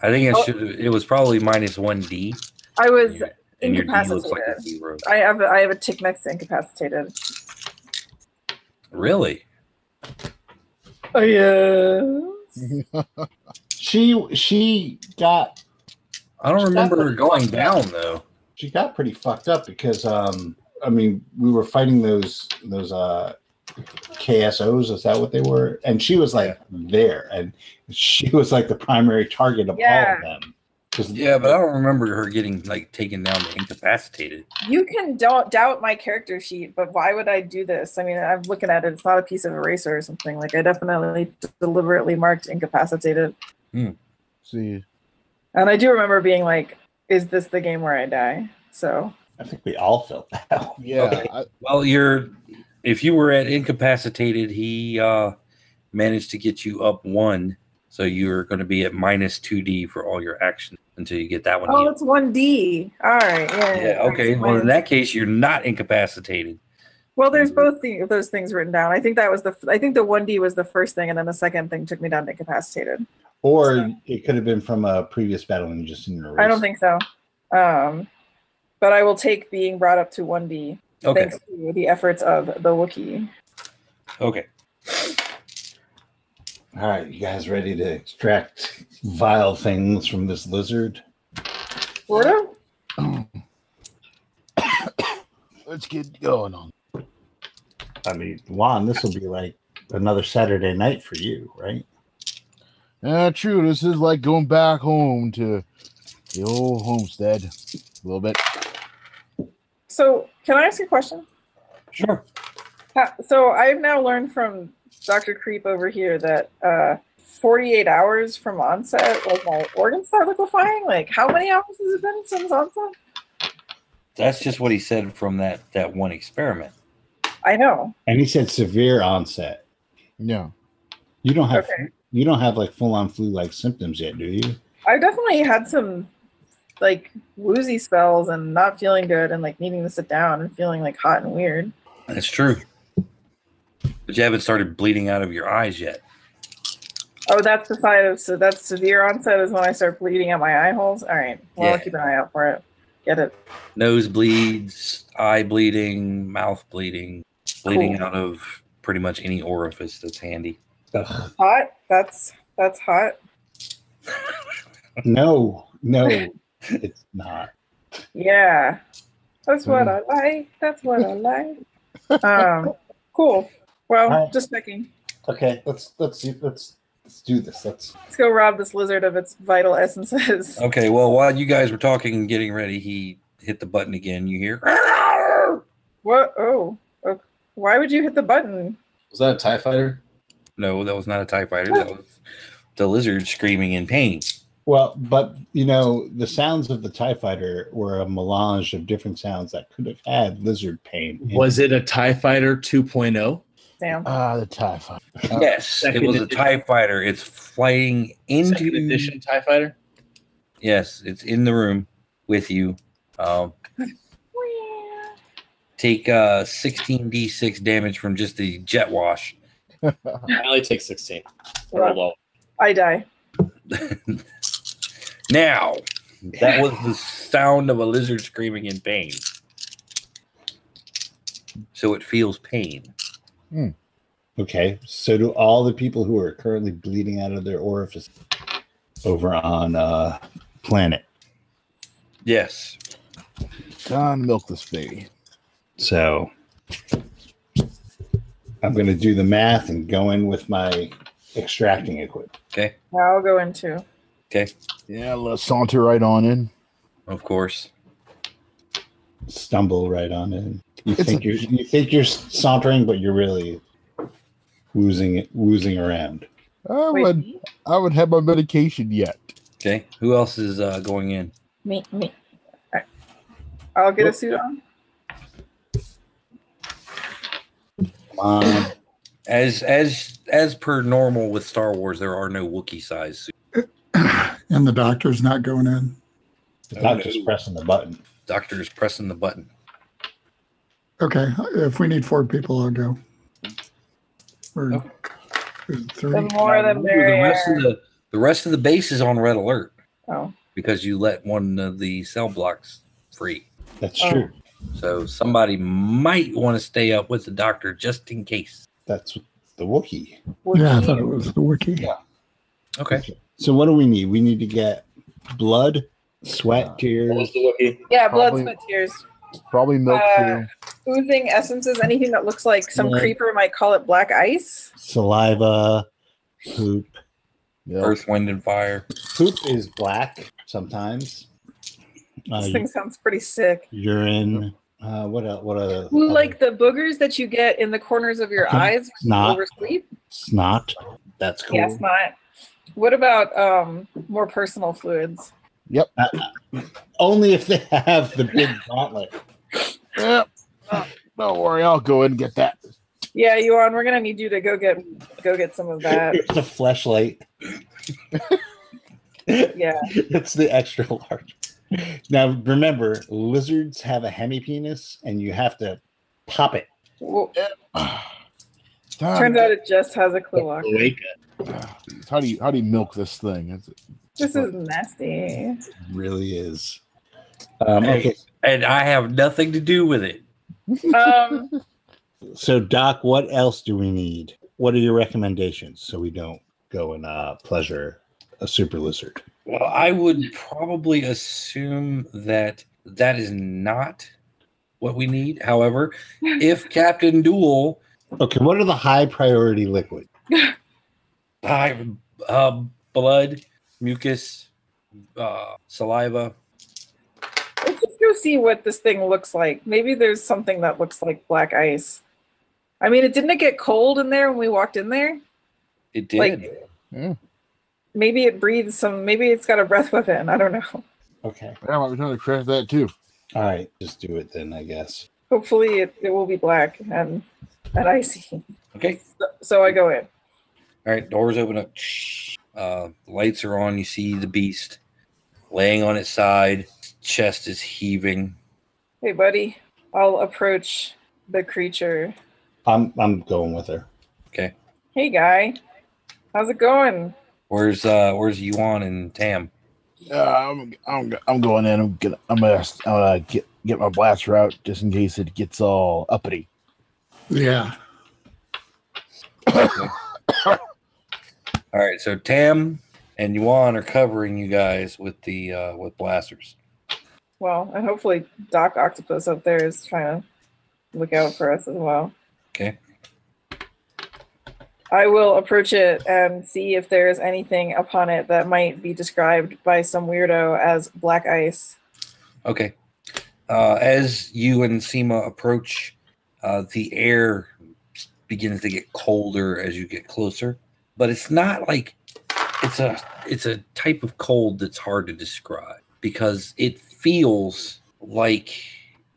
Speaker 2: I think
Speaker 3: Oh.
Speaker 2: it should. It was probably minus 1D.
Speaker 3: I was.
Speaker 2: And your- and your D looks like a
Speaker 3: incapacitated.
Speaker 2: zero.
Speaker 3: I have a, I have a tick next to incapacitated.
Speaker 2: Really?
Speaker 3: Oh
Speaker 2: Mm-hmm.
Speaker 3: yeah.
Speaker 1: She she got
Speaker 2: I don't
Speaker 1: That's
Speaker 2: remember
Speaker 1: what-
Speaker 2: her going down, though.
Speaker 1: she got pretty fucked up because um I mean we were fighting those those uh KSOs is that what they were and she was like there and she was like the primary target of all
Speaker 3: Yeah.
Speaker 1: of them. 'Cause-
Speaker 2: Yeah, but I don't remember her getting like taken down to incapacitated.
Speaker 3: You can don't doubt my character sheet, but why would I do this? I mean, I'm looking at it; it's not a piece of eraser or something. Like I definitely deliberately marked incapacitated,
Speaker 4: See,
Speaker 3: and I do remember being like, "Is this the game where I die?" So
Speaker 1: I think we all felt that. one.
Speaker 4: Yeah,
Speaker 2: Okay.
Speaker 4: I,
Speaker 2: Well, you're if you were at incapacitated, he uh managed to get you up one. So you're going to be at minus 2d for all your actions until you get that one.
Speaker 3: Oh,
Speaker 2: healed.
Speaker 3: it's one D. All right. Yeah.
Speaker 2: yeah, okay. Well, in that case, you're not incapacitated.
Speaker 3: Well, there's both the, those things written down. I think that was the. f- I think the one D was the first thing, and then the second thing took me down to incapacitated.
Speaker 1: Or it could have been from a previous battle and you just didn't erase.
Speaker 3: I don't think so. Um, but I will take being brought up to one D
Speaker 2: Okay.
Speaker 3: thanks to the efforts of the Wookiee.
Speaker 2: Okay.
Speaker 1: it. All right, you guys ready to extract vile things from this lizard?
Speaker 3: Sort of.
Speaker 4: let's get going on.
Speaker 1: I mean, Juan, this will be like another Saturday night for you, right?
Speaker 4: Yeah, Eh, true. This is like going back home to the old homestead a little bit.
Speaker 3: So, can I ask you a question?
Speaker 2: Sure.
Speaker 3: Ha- So I've now learned from Dr. Creep over here that uh, 48 hours from onset, like my organs start liquefying. Like, how many hours has it been since onset?
Speaker 2: That's just what he said from that that one experiment.
Speaker 3: I know.
Speaker 1: And he said severe onset.
Speaker 4: No,
Speaker 1: You don't have
Speaker 3: Okay.
Speaker 1: you don't have like full on flu like symptoms yet, do you?
Speaker 3: I've definitely had some like woozy spells and not feeling good and like needing to sit down and feeling like hot and weird.
Speaker 2: That's true. But you haven't started bleeding out of your eyes yet.
Speaker 3: Oh, that's the side of so that's severe onset is when I start bleeding out my eye holes. All right. Well, I'll
Speaker 2: Yeah.
Speaker 3: keep an eye out for it. Get it.
Speaker 2: Nose bleeds, eye bleeding, mouth bleeding, bleeding
Speaker 3: Cool.
Speaker 2: out of pretty much any orifice that's handy.
Speaker 3: Hot. That's that's hot.
Speaker 1: No, no, it's not.
Speaker 3: Yeah. That's what
Speaker 2: Mm-hmm.
Speaker 3: I like. That's what I like. Um, cool. Well,
Speaker 1: Alright.
Speaker 3: just checking.
Speaker 1: Okay, let's let's see, let's let's do this. Let's
Speaker 3: Let's go rob this lizard of its vital
Speaker 2: (laughs)
Speaker 3: essences.
Speaker 2: Okay, well, while you guys were talking and getting ready, he hit the button again. You "Ah!" hear?
Speaker 3: What? Oh, oh, why would you hit the button?
Speaker 5: Was that a TIE fighter?
Speaker 2: No, that was not a TIE fighter. That was the lizard screaming in pain.
Speaker 1: well, but you know, the sounds of the TIE fighter were a melange of different sounds that could have had lizard pain. in
Speaker 7: Was it a TIE Fighter oh? 2.0?
Speaker 3: Damn.
Speaker 4: ah, the tie fight.
Speaker 2: yes, it
Speaker 7: second
Speaker 2: was a
Speaker 7: edition.
Speaker 2: TIE fighter. It's flying
Speaker 7: Second
Speaker 2: into.
Speaker 7: edition TIE Fighter?
Speaker 2: Yes, it's in the room with you. Um, take uh, 16d6 damage from just the jet wash.
Speaker 7: I only take 16. I
Speaker 3: Well,
Speaker 7: rolled all.
Speaker 3: I die.
Speaker 2: Now, that was the sound of a lizard screaming in pain. So it feels pain.
Speaker 1: Okay, so do all the people who are currently bleeding out of their orifice over on uh planet.
Speaker 2: Yes.
Speaker 4: Time to milk this baby.
Speaker 1: So I'm gonna do the math and go in with my extracting equipment.
Speaker 2: Okay.
Speaker 3: I'll go into.
Speaker 4: Yeah, let's saunter right on in.
Speaker 2: Of course.
Speaker 1: Stumble right on in. You
Speaker 4: It's
Speaker 1: think
Speaker 4: a-
Speaker 1: you're you think you're sauntering, but you're really woozing it woozing around.
Speaker 4: I
Speaker 3: Wait,
Speaker 4: would,
Speaker 3: me?
Speaker 4: I haven't had my medication yet.
Speaker 2: Okay. Who else is uh, going in?
Speaker 3: Me, me. Alright. I'll get a suit on.
Speaker 1: Come on.
Speaker 2: As as as per normal with Star Wars, there are no Wookiee size suits.
Speaker 6: (clears throat) and the doctor's not going in.
Speaker 1: It's not just pressing the button.
Speaker 2: Doctor is pressing the button.
Speaker 6: Okay, if we need four people, I'll go. Or
Speaker 2: Okay.
Speaker 6: or
Speaker 3: The
Speaker 6: three.
Speaker 3: more the
Speaker 2: Ooh, the rest of
Speaker 3: merrier.
Speaker 2: the the rest of the base is on red alert
Speaker 3: Oh,
Speaker 2: because you let one of the cell blocks free.
Speaker 1: That's
Speaker 3: Oh.
Speaker 1: true.
Speaker 2: So somebody might want to stay up with the doctor just in case.
Speaker 1: That's the Wookiee.
Speaker 6: Yeah, I
Speaker 3: Wookiee.
Speaker 6: thought it was the wiki.
Speaker 2: Okay.
Speaker 1: So what do we need? We need to get blood,
Speaker 4: Uh,
Speaker 1: sweat,
Speaker 7: What
Speaker 1: tears.
Speaker 7: was the Wookiee?
Speaker 3: yeah, blood,
Speaker 4: Probably-
Speaker 3: sweat, tears.
Speaker 4: Probably milk
Speaker 3: Uh,
Speaker 4: too.
Speaker 3: Oozing essences, anything that looks like some
Speaker 1: Yeah.
Speaker 3: creeper might call it black ice.
Speaker 1: saliva, poop.
Speaker 4: Yeah.
Speaker 2: Earth, wind, and fire.
Speaker 1: Poop is black sometimes. Uh,
Speaker 3: This thing sounds pretty sick.
Speaker 1: urine. Uh, what a what a
Speaker 3: Ooh, like the boogers that you get in the corners of your
Speaker 1: Okay.
Speaker 3: eyes when you
Speaker 1: Snot.
Speaker 3: oversleep?
Speaker 1: snot. That's cool.
Speaker 3: Yes, not. What about um more personal fluids?
Speaker 1: Only if they have the big gauntlet.
Speaker 4: Yep.
Speaker 3: uh.
Speaker 4: Don't worry, I'll go in and get that. (sighs)
Speaker 3: Yeah, Yuan, we're gonna need you to go get go get some of that.
Speaker 1: It's a flashlight.
Speaker 3: Yeah.
Speaker 1: It's the extra large. Now remember, lizards have a hemi penis, and you have to pop it.
Speaker 3: Well,
Speaker 4: Tom,
Speaker 3: turns out it just has a cloaca.
Speaker 7: Wake
Speaker 4: how do you how do you milk this thing? That's
Speaker 3: This is nasty.
Speaker 1: really is. Um, okay,
Speaker 2: and I have nothing to do with it.
Speaker 3: Um,
Speaker 1: so Doc, what else do we need? What are your recommendations so we don't go and uh, pleasure a super lizard?
Speaker 2: Well, I would probably assume that that is not what we need.
Speaker 3: (laughs)
Speaker 2: However, if Captain Duel,
Speaker 1: Okay, what are the high priority liquid?
Speaker 2: I, uh, blood, mucus, uh, saliva,
Speaker 3: let's just go see what this thing looks like. Maybe there's something that looks like black ice. I mean, it didn't it get cold in there when we walked in there?
Speaker 2: it did.
Speaker 3: Like-
Speaker 4: Hmm.
Speaker 3: Maybe it breathes some. Maybe it's got a breath weapon. I don't know. (laughs)
Speaker 1: Okay,
Speaker 4: I might be trying to craft that too.
Speaker 1: all right, just do it then, I guess.
Speaker 3: Hopefully, it, it will be black and and icy.
Speaker 2: okay.
Speaker 3: So I go in.
Speaker 2: All right. Doors open up. Shh. Uh, lights are on. You see the beast laying on its side. Its chest is heaving.
Speaker 3: Hey, buddy. I'll approach the creature.
Speaker 1: I'm I'm going with her.
Speaker 3: Hey, guy. How's it going?
Speaker 2: Where's uh Where's Yuan and Tam?
Speaker 4: Uh, I'm, I'm I'm going in. I'm gonna I'm gonna, I'm gonna get get my blaster out just in case it gets all uppity.
Speaker 6: Yeah.
Speaker 2: All right. So Tam and Yuan are covering you guys with the uh, with blasters.
Speaker 3: Well, and hopefully Doc Octopus up there is trying to look out for us as well.
Speaker 2: Okay.
Speaker 3: I will approach it and see if there is anything upon it that might be described by some weirdo as black ice.
Speaker 2: Okay. Uh, as you and Seema approach, uh, the air begins to get colder as you get closer, but it's not like it's a it's a type of cold that's hard to describe because it feels like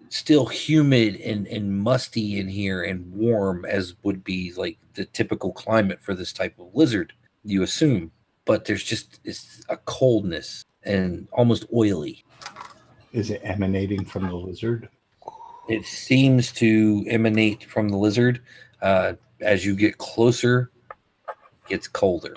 Speaker 2: still humid and, and musty in here and warm as would be like the typical climate for this type of lizard you assume but there's just it's a coldness and almost oily
Speaker 1: Is it emanating from the lizard?
Speaker 2: it seems to emanate from the lizard. Uh, as you get closer, it's colder.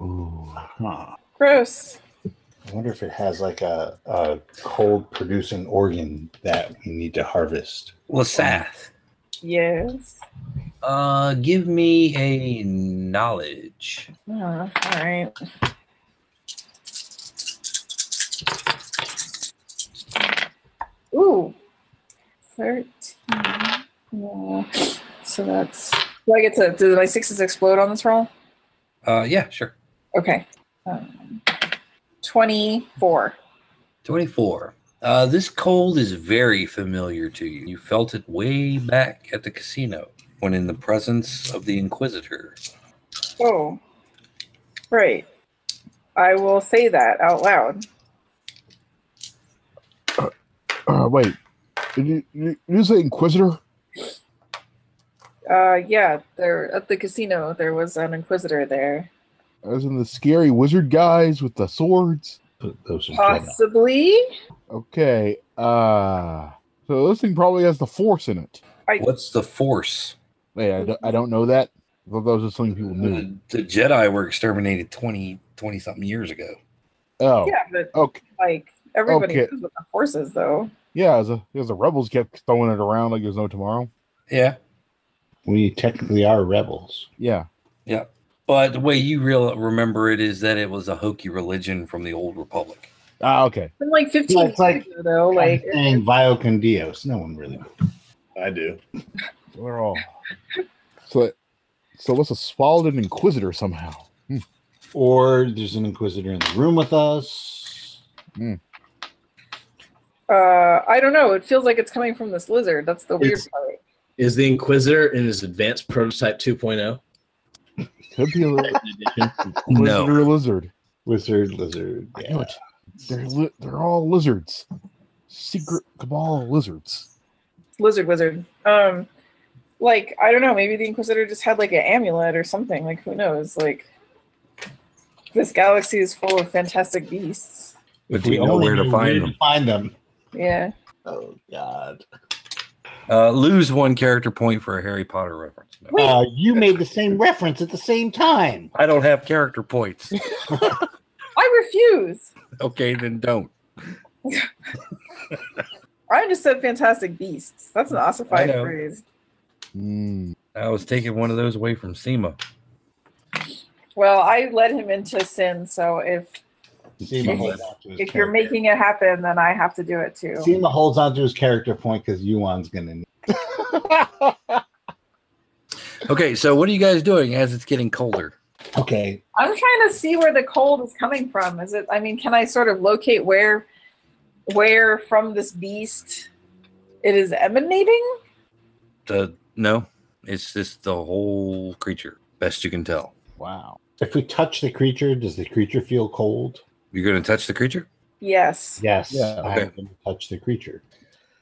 Speaker 1: Ooh, huh.
Speaker 3: Gross.
Speaker 1: I wonder if it has like a, a cold producing organ that we need to harvest.
Speaker 2: Lasath,
Speaker 3: Yes.
Speaker 2: uh, give me a knowledge.
Speaker 3: Uh, all right. Ooh, 13. Yeah. So that's. Do I get to. Do my sixes explode on this roll?
Speaker 2: Uh, yeah, sure.
Speaker 3: Okay. Um, 24.
Speaker 2: 24. Uh, this cold is very familiar to you. You felt it way back at the casino when in the presence of the Inquisitor.
Speaker 3: Oh. Right. I will say that out loud.
Speaker 4: Uh, wait, did you, you, you say Inquisitor?
Speaker 3: Uh, yeah, there at the casino there was an inquisitor there.
Speaker 4: As in the scary wizard guys with the swords?
Speaker 1: Put those in general.
Speaker 3: Possibly.
Speaker 4: Okay. Uh, so this thing probably has the force in it.
Speaker 2: What's the force?
Speaker 4: Wait, I don't, I don't know that. I thought that was just something people knew.
Speaker 2: The, the Jedi were exterminated 20, 20 something years ago.
Speaker 4: Oh,
Speaker 3: Yeah, but
Speaker 4: okay.
Speaker 3: like everybody
Speaker 4: Okay.
Speaker 3: knows what the force is, though.
Speaker 4: Yeah, as, a, as the rebels kept throwing it around like there's no tomorrow.
Speaker 2: Yeah.
Speaker 1: We technically are rebels.
Speaker 4: Yeah.
Speaker 2: But the way you real remember it is that it was a hokey religion from the old republic.
Speaker 4: Ah, okay.
Speaker 3: Been like fifteen
Speaker 1: Yeah, it's like-
Speaker 3: years ago, though. Like
Speaker 1: I'm saying Vio con Dios. No one really.
Speaker 5: I do.
Speaker 4: We're all. So, so let's have swallowed an Inquisitor somehow.
Speaker 1: Or there's an inquisitor in the room with us.
Speaker 3: uh, I don't know. It feels like it's coming from this lizard. That's the weird
Speaker 7: It's-
Speaker 3: part.
Speaker 7: Is the Inquisitor in his advanced prototype oh. 2.0?
Speaker 4: Could be a little
Speaker 2: No.
Speaker 4: Inquisitor lizard.
Speaker 1: Wizard, lizard.
Speaker 4: I
Speaker 1: Yeah.
Speaker 4: know it. They're li- they're all lizards. Secret cabal lizards.
Speaker 3: lizard wizard. Um, like I don't know, maybe the Inquisitor just had like an amulet or something. Like who knows? Like this galaxy is full of fantastic beasts.
Speaker 2: But do you know where to find them?
Speaker 1: Find them.
Speaker 3: Yeah.
Speaker 5: Oh God.
Speaker 2: Uh, lose one character point for a Harry Potter reference. No.
Speaker 1: Uh, you made the same reference at the same time.
Speaker 2: I don't have character points.
Speaker 3: I refuse.
Speaker 2: Okay, then don't.
Speaker 3: I just said fantastic beasts. That's an ossified
Speaker 2: I know.
Speaker 3: phrase.
Speaker 4: Mm.
Speaker 2: I was taking one of those away from SEMA.
Speaker 3: Well, I led him into sin, so if
Speaker 1: Seema holds on to his
Speaker 3: if you're
Speaker 1: character.
Speaker 3: making it happen, then I have to do it too.
Speaker 1: Seema holds on to his character point because Yuan's gonna need.
Speaker 2: Okay, so what are you guys doing as it's getting colder?
Speaker 1: Okay,
Speaker 3: I'm trying to see where the cold is coming from. Is it? I mean, can I sort of locate where, where from this beast it is emanating?
Speaker 2: The no, it's just the whole creature. Best you can tell.
Speaker 1: wow. If we touch the creature, does the creature feel cold?
Speaker 2: You're going to touch the creature.
Speaker 3: Yes.
Speaker 1: Yes.
Speaker 4: Yeah.
Speaker 1: I'm gonna touch the creature.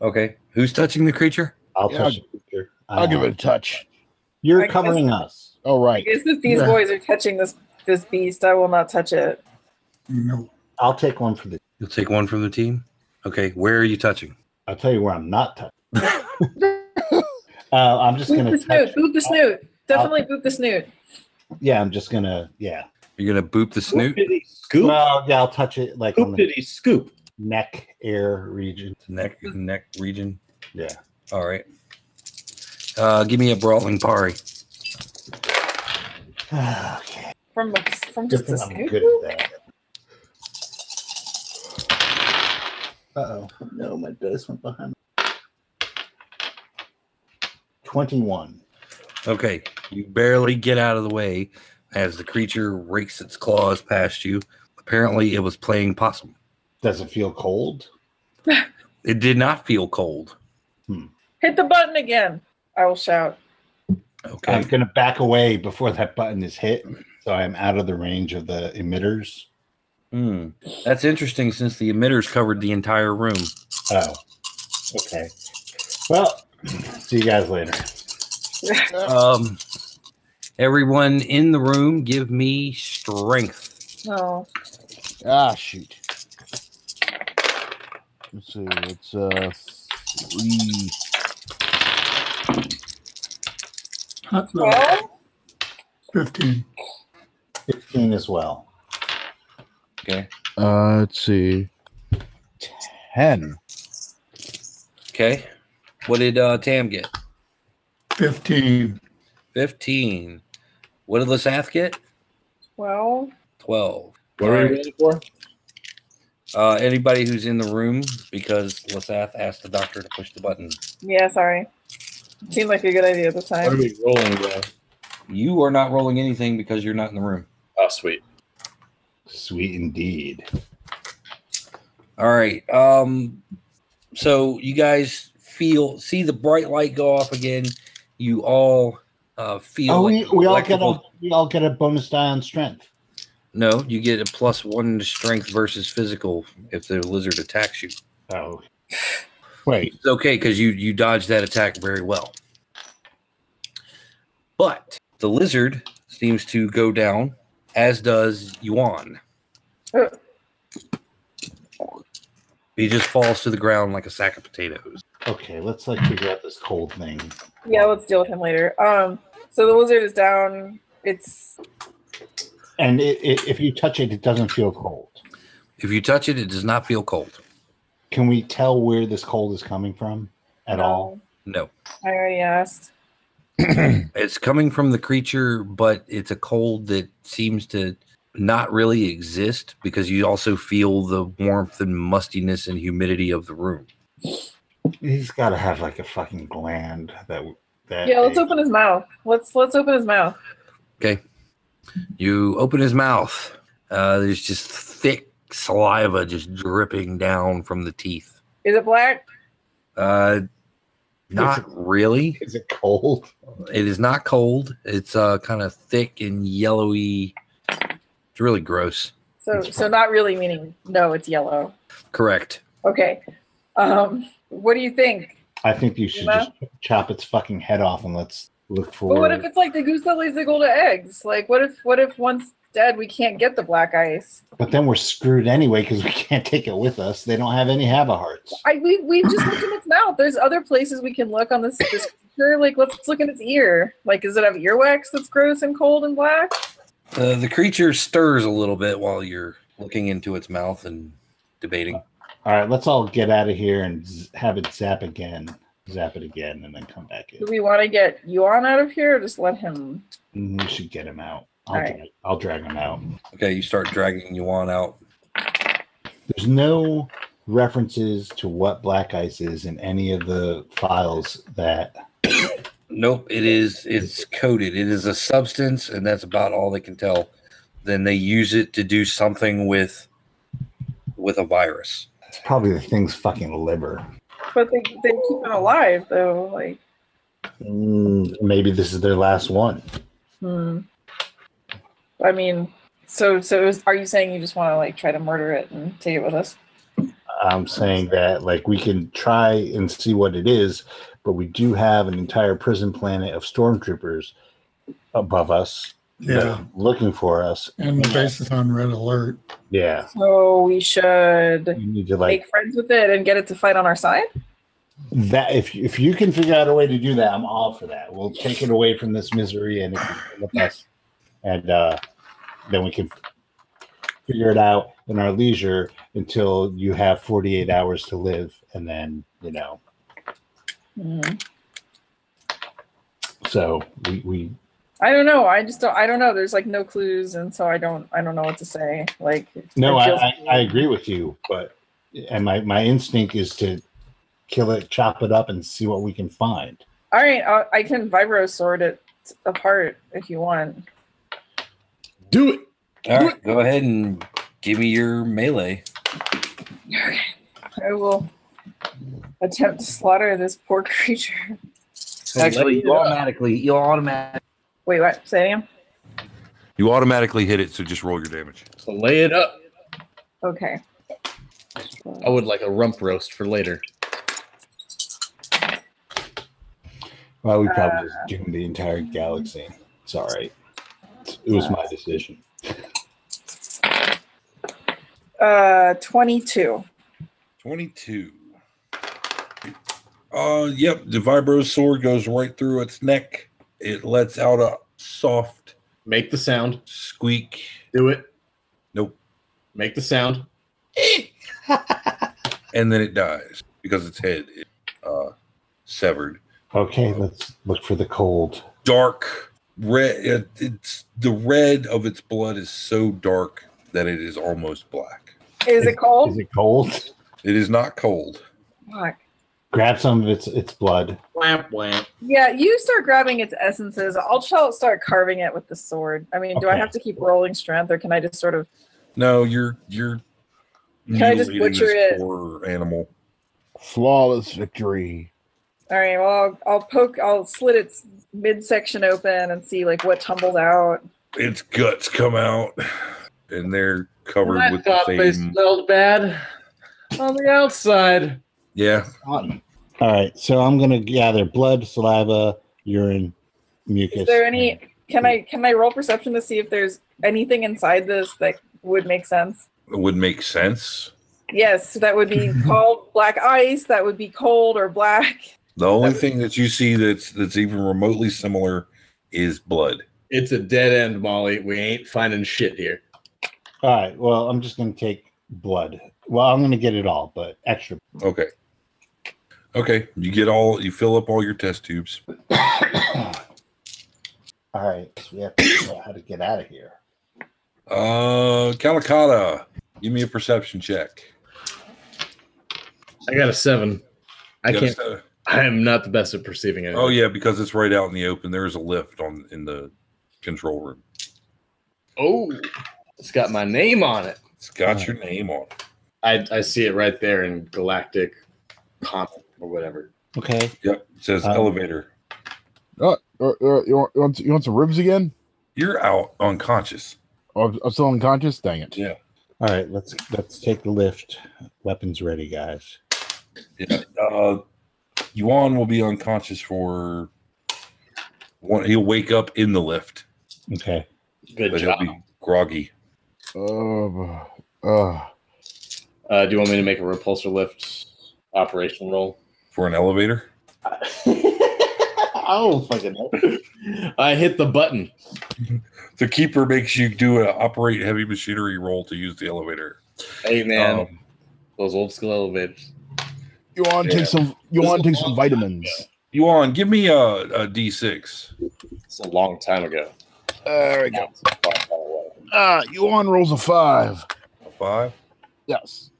Speaker 2: Okay, who's touching the creature?
Speaker 1: I'll
Speaker 4: Yeah,
Speaker 1: touch the creature.
Speaker 4: I'll give
Speaker 1: Uh,
Speaker 4: it a touch.
Speaker 1: You're
Speaker 3: I guess-
Speaker 1: covering us.
Speaker 4: All
Speaker 3: I
Speaker 4: right.
Speaker 3: guess if these
Speaker 6: Yeah.
Speaker 3: boys are touching this this beast, I will not touch it.
Speaker 6: No.
Speaker 1: I'll take one for the.
Speaker 2: You'll take one from the team. Okay, where are you touching?
Speaker 1: I'll tell you where I'm not touching. uh, I'm just
Speaker 3: Boot
Speaker 1: gonna
Speaker 3: the
Speaker 1: touch.
Speaker 3: snoot. Boot the snoot. Definitely boot the snoot.
Speaker 1: Yeah, I'm just gonna. Yeah.
Speaker 2: You're going to boop the snoot.
Speaker 5: Poopity scoop.
Speaker 1: No, yeah, I'll touch it like on the
Speaker 5: Poopity scoop.
Speaker 1: neck air region.
Speaker 2: neck neck region.
Speaker 1: Yeah.
Speaker 2: All right. Uh, give me a brawling parry.
Speaker 1: okay.
Speaker 3: From from
Speaker 1: Good
Speaker 3: just a
Speaker 1: thing I'm
Speaker 3: snoot.
Speaker 1: good at that. Uh oh.
Speaker 5: No, my dice went behind.
Speaker 1: 21.
Speaker 2: Okay, you barely get out of the way as the creature rakes its claws past you. Apparently, it was playing possum.
Speaker 1: Does it feel cold?
Speaker 2: It did not feel cold.
Speaker 3: Hit the button again. I will shout.
Speaker 2: Okay.
Speaker 1: I'm going to back away before that button is hit. So I'm out of the range of the emitters.
Speaker 2: Hmm. That's interesting since the emitters covered the entire room.
Speaker 1: Oh. Okay. Well, see you guys later.
Speaker 2: Um, everyone in the room, give me strength.
Speaker 3: No.
Speaker 4: Ah, shoot. Let's see. It's uh three.
Speaker 6: Hot no.
Speaker 3: Well,
Speaker 6: 15.
Speaker 1: 15 as well.
Speaker 4: Uh, let's see. Ten.
Speaker 2: Okay. What did uh, Tam get?
Speaker 6: 15.
Speaker 2: 15. What did Lasath get?
Speaker 3: well.
Speaker 2: 12.
Speaker 7: What are we waiting for?
Speaker 2: Uh, anybody who's in the room, because Lasath asked the doctor to push the button.
Speaker 3: Yeah. Sorry. Seemed like a good idea at the
Speaker 7: What are
Speaker 3: time.
Speaker 7: we rolling, bro?
Speaker 2: You are not rolling anything because you're not in the room.
Speaker 7: Oh, sweet.
Speaker 1: Sweet indeed.
Speaker 2: All right. Um, so you guys feel see the bright light go off again. You all uh, feel.
Speaker 1: Oh, we,
Speaker 2: like
Speaker 1: we all get a
Speaker 2: electrical-
Speaker 1: we all get a bonus die on strength.
Speaker 2: No, you get a plus one to strength versus physical if the lizard attacks you.
Speaker 1: Oh,
Speaker 4: Wait.
Speaker 2: It's okay because you you dodged that attack very well. But the lizard seems to go down, as does Yuan.
Speaker 3: Uh.
Speaker 2: He just falls to the ground like a sack of potatoes.
Speaker 1: okay. Let's like figure out this cold thing.
Speaker 3: Yeah. Let's deal with him later. Um. So the wizard is down. It's
Speaker 1: And it, it, if you touch it, it doesn't feel cold.
Speaker 2: If you touch it, it does not feel cold.
Speaker 1: Can we tell where this cold is coming from at all?
Speaker 2: No,
Speaker 3: I already asked.
Speaker 2: it's coming from the creature, but it's a cold that seems to not really exist because you also feel the warmth and mustiness and humidity of the room.
Speaker 1: He's got to have like a fucking gland that that.
Speaker 3: Yeah, let's
Speaker 1: big.
Speaker 3: open his mouth. Let's let's open his mouth.
Speaker 2: You open his mouth. Uh, there's just thick saliva just dripping down from the teeth.
Speaker 3: Is it black?
Speaker 2: Uh, not really.
Speaker 1: Is it cold?
Speaker 2: It is not cold. It's uh, kind of thick and yellowy. It's really gross.
Speaker 3: So so not really meaning no, it's yellow.
Speaker 2: Correct.
Speaker 3: Okay. Um what do you think?
Speaker 1: I think you should just chop its fucking head off and let's look for.
Speaker 3: But what if it's like the goose that lays the golden eggs? Like, what if what if once dead we can't get the black ice?
Speaker 1: But then we're screwed anyway because we (laughs) can't take it with us. They don't have any have a hearts.
Speaker 3: I we we just looked in its mouth. There's other places we can look on this this creature. Like, let's look in its ear. Like, does it have earwax that's gross and cold and black?
Speaker 2: Uh, the creature stirs a little bit while you're looking into its mouth and debating.
Speaker 1: All right, let's all get out of here and z- have it zap again, zap it again, and then come back in.
Speaker 3: Do we want to get Yuan out of here or just let him?
Speaker 1: Mm, We should get him out. I'll,
Speaker 3: All
Speaker 1: drag,
Speaker 3: right.
Speaker 1: I'll drag him out.
Speaker 2: Okay, you start dragging Yuan out.
Speaker 1: There's no references to what black ice is in any of the files that.
Speaker 2: Nope, it is it's coated. It is a substance, and that's about all they can tell. Then they use it to do something with with a virus.
Speaker 1: It's probably the thing's fucking liver.
Speaker 3: But they they keep him alive though. Like,
Speaker 1: Mm, maybe this is their last one.
Speaker 3: hmm. I mean, so so is, are you saying you just want to like try to murder it and take it with us?
Speaker 1: I'm saying that like we can try and see what it is, but we do have an entire prison planet of stormtroopers above us that
Speaker 6: Yeah.
Speaker 1: are looking for us.
Speaker 6: And the base is on red alert.
Speaker 1: Yeah,
Speaker 3: So we should
Speaker 1: you need to
Speaker 3: make
Speaker 1: like
Speaker 3: friends with it and get it to fight on our side.
Speaker 1: that. If if you can figure out a way to do that, I'm all for that. We'll take it away from this misery and it can stay with us, and uh, then we can figure it out in our leisure until you have 48 hours to live, and then you know
Speaker 3: Hmm.
Speaker 1: So we, we
Speaker 3: I don't know. I just don't. I don't know. There's like no clues, and so I don't. I don't know what to say. Like
Speaker 1: no,
Speaker 3: I
Speaker 1: I,
Speaker 3: feel-
Speaker 1: I, I agree with you, but and my, my instinct is to kill it, chop it up, and see what we can find.
Speaker 3: all right, I, I can vibro sword it apart if you want.
Speaker 5: Do it.
Speaker 2: All right, go ahead and give me your melee.
Speaker 3: I will attempt to slaughter this poor (laughs) creature.
Speaker 2: Actually, you automatically you automatic
Speaker 3: Wait, what? Say it again.
Speaker 8: You automatically hit it, so just roll your damage.
Speaker 7: So lay it up.
Speaker 3: Okay.
Speaker 7: I would like a rump roast for later.
Speaker 1: Well, we probably
Speaker 3: Ah.
Speaker 1: just doomed the entire galaxy. It's all right. It was my decision.
Speaker 3: Uh, twenty-two.
Speaker 8: Twenty-two. Uh, yep. The vibro sword goes right through its neck. It lets out a soft
Speaker 7: Make the sound.
Speaker 8: squeak.
Speaker 7: Do it.
Speaker 8: Nope.
Speaker 7: Make the sound.
Speaker 8: and then it dies because its head is uh, severed.
Speaker 1: Okay, let's look for the cold.
Speaker 8: Dark red. It, it's the red of its blood is so dark that it is almost black.
Speaker 3: Is it
Speaker 1: Is
Speaker 3: cold?
Speaker 1: it cold?
Speaker 8: It is not cold.
Speaker 3: Fuck.
Speaker 1: Grab some of its its blood.
Speaker 7: Wamp wamp.
Speaker 3: Yeah, you start grabbing its essences. I'll shall start carving it with the sword. I mean, do I
Speaker 1: Okay.
Speaker 3: have to keep rolling strength, or can I just sort of?
Speaker 8: No, you're you're.
Speaker 3: Can I just
Speaker 8: mutilating
Speaker 3: butcher
Speaker 8: this
Speaker 3: it?
Speaker 8: Poor animal.
Speaker 4: Flawless victory.
Speaker 3: All right. Well, I'll, I'll poke. I'll slit its midsection open and see like what tumbles out.
Speaker 8: Its guts come out, and they're covered
Speaker 7: I
Speaker 8: with
Speaker 7: thought
Speaker 8: the
Speaker 7: they
Speaker 8: same.
Speaker 7: smelled bad on the outside.
Speaker 8: Yeah,
Speaker 1: Cotton. All right, so I'm gonna gather blood, saliva, urine, mucus.
Speaker 3: Is there any? Can I can I roll perception to see if there's anything inside this that would make sense?
Speaker 8: it would make sense.
Speaker 3: Yes, that would be called black ice. That would be cold or black.
Speaker 8: The only thing that you see that's that's even remotely similar is blood.
Speaker 7: It's a dead end, Molly. We ain't finding shit here.
Speaker 1: All right. Well, I'm just gonna take blood. Well, I'm gonna get it all, but extra.
Speaker 8: Okay. Okay. You get all you fill up all your test tubes.
Speaker 1: (coughs) All right, so we have to figure out how to get out of here.
Speaker 8: Uh Calicata, give me a perception check.
Speaker 7: I got a seven. I
Speaker 8: You got a
Speaker 7: can't.
Speaker 8: seven?
Speaker 7: I am not the best at perceiving it.
Speaker 8: Oh yeah, because it's right out in the open. There is a lift on in the control room.
Speaker 7: Oh, it's got my name on it.
Speaker 8: It's
Speaker 7: Uh-huh.
Speaker 8: got your name on it.
Speaker 7: I I see it right there in Galactic Comet or whatever.
Speaker 1: Okay.
Speaker 8: Yep. It says
Speaker 1: Um,
Speaker 7: Uh-huh.
Speaker 8: elevator.
Speaker 4: Or, or, Uh, you, want, you want- you want some ribs again?
Speaker 8: You're out unconscious.
Speaker 4: Oh, I'm- I'm still unconscious. Dang it!
Speaker 8: Yeah.
Speaker 1: All right. Let's let's take the lift. Weapons ready, guys.
Speaker 8: Yeah. Uh Yuan will be unconscious for one. He'll wake up in the lift,
Speaker 1: Okay.
Speaker 7: Good
Speaker 8: but he'll
Speaker 7: job.
Speaker 8: be groggy.
Speaker 4: Uh, uh,
Speaker 7: Uh, do you want me to make a repulsor lift operation roll?
Speaker 8: For an elevator,
Speaker 7: I don't fucking know. I hit the button.
Speaker 8: the keeper makes you do an operate heavy machinery roll to use the elevator.
Speaker 7: Hey man,
Speaker 8: Um,
Speaker 7: those old school elevators.
Speaker 4: you want to
Speaker 7: Yeah.
Speaker 4: take some? You
Speaker 7: This
Speaker 4: want
Speaker 7: is
Speaker 4: to
Speaker 7: a
Speaker 4: take some
Speaker 7: long
Speaker 4: vitamins?
Speaker 8: Yuan, give me a, a d6.
Speaker 7: It's a long time ago.
Speaker 4: There we go.
Speaker 7: Not so far, far away.
Speaker 4: Ah, you on rolls a five.
Speaker 8: A five.
Speaker 4: Yes.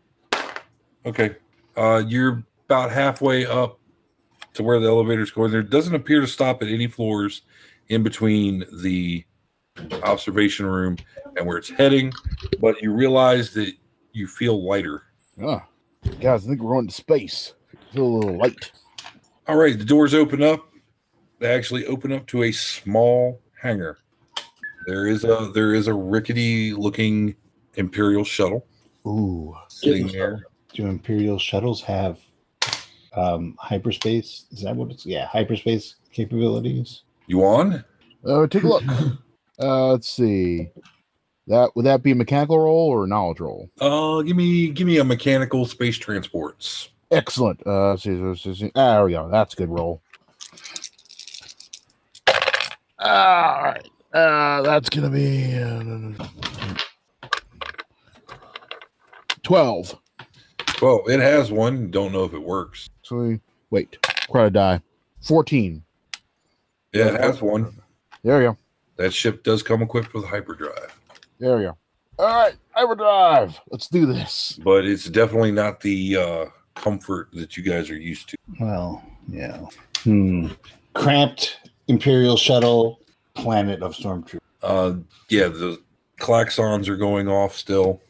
Speaker 8: Okay. Uh, you're about halfway up to where the elevator's going. There doesn't appear to stop at any floors in between the observation room and where it's heading, but you realize that you feel lighter.
Speaker 4: Ah, guys, I think we're going to space. Feel a little light.
Speaker 8: All right, the doors open up. They actually open up to a small hangar. There is a there is a rickety looking imperial shuttle
Speaker 1: Ooh.
Speaker 8: sitting there.
Speaker 1: Do Imperial shuttles have um, hyperspace? Is that what it's? Yeah, hyperspace capabilities.
Speaker 8: You on?
Speaker 4: Uh, take a look. Uh, let's see. That would that be a mechanical roll or a knowledge roll?
Speaker 8: Uh, give me give me a mechanical space transports.
Speaker 4: Excellent. Uh, let's see, let's see, let's see. Ah, there we go. That's a good roll. All right. Uh, that's gonna be uh, twelve.
Speaker 8: Well, it has one. Don't know if it works.
Speaker 4: Actually, wait. Quite a die. Fourteen.
Speaker 8: Yeah, it has one.
Speaker 4: There we go.
Speaker 8: That ship does come equipped with hyperdrive,
Speaker 4: There we go. All right, hyperdrive. Let's do this.
Speaker 8: but it's definitely not the uh, comfort that you guys are used to.
Speaker 1: Well, yeah. Hmm. Cramped Imperial shuttle, planet of stormtroopers.
Speaker 8: Uh, yeah, the klaxons are going off still.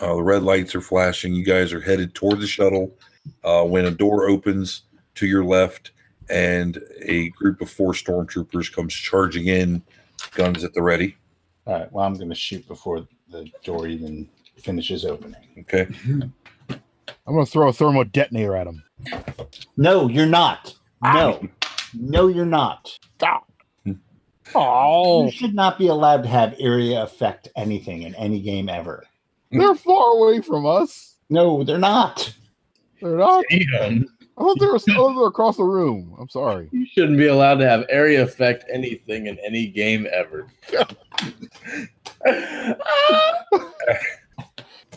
Speaker 8: Uh, the red lights are flashing. You guys are headed toward the shuttle uh, when a door opens to your left, and a group of four stormtroopers comes charging in, guns at the ready.
Speaker 1: All right. Well, I'm going to shoot before the door even finishes opening.
Speaker 8: Okay,
Speaker 4: I'm gonna throw a thermo detonator at him.
Speaker 1: No, you're not. No, no, you're not.
Speaker 4: Oh,
Speaker 1: You should not be allowed to have area affect anything in any game ever.
Speaker 4: they're far away from us.
Speaker 1: No, they're not.
Speaker 4: They're not.
Speaker 7: Damn.
Speaker 4: I thought they were, I thought they were across the room. I'm sorry.
Speaker 7: You shouldn't be allowed to have area affect anything in any game ever.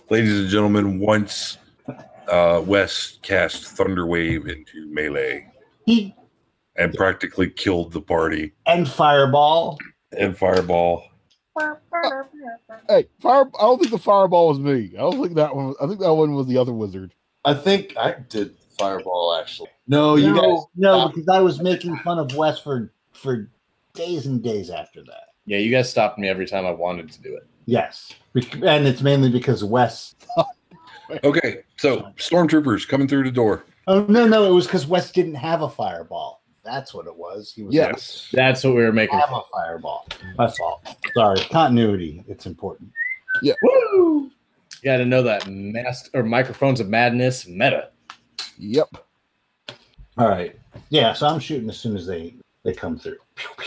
Speaker 8: ladies and gentlemen, once uh, Wes cast Thunderwave into melee
Speaker 1: He
Speaker 8: and practically killed the party
Speaker 1: and Fireball.
Speaker 8: and Fireball.
Speaker 4: Hey, fire! I don't think the fireball was me. I don't think that one. I think that one was the other wizard.
Speaker 5: I think I did fireball actually.
Speaker 1: No,
Speaker 5: you guys-
Speaker 1: No, because I was making fun of Wes for for days and days after that.
Speaker 7: yeah, you guys stopped me every time I wanted to do it.
Speaker 1: Yes, Bec- and it's mainly because Wes.
Speaker 8: Okay, so stormtroopers coming through the door.
Speaker 1: Oh no, no, it was because Wes didn't have a Fireball. That's what it was. He was
Speaker 4: Yes.
Speaker 7: That's what we were making.
Speaker 1: have a fireball. My fault. Sorry. Continuity. It's important.
Speaker 7: Woo! You got to know that mask or microphones of madness meta.
Speaker 4: Yep.
Speaker 1: All right. Yeah. So I'm shooting as soon as they they come through.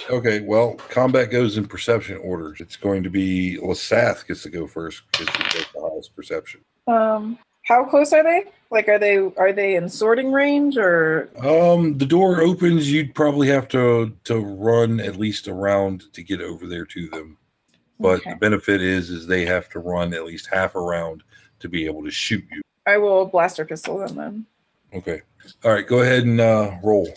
Speaker 8: Okay, well, combat goes in perception orders. It's going to be Lasath gets to go first because he gets the highest perception.
Speaker 3: Um, how close are they? Like, are they are they in sorting range or?
Speaker 8: Um, the door opens. You'd probably have to to run at least around to get over there to them. But
Speaker 3: Okay.
Speaker 8: the benefit is is they have to run at least half a round to be able to shoot you.
Speaker 3: I will blaster pistol them then.
Speaker 8: Okay. All right. Go ahead and uh, roll.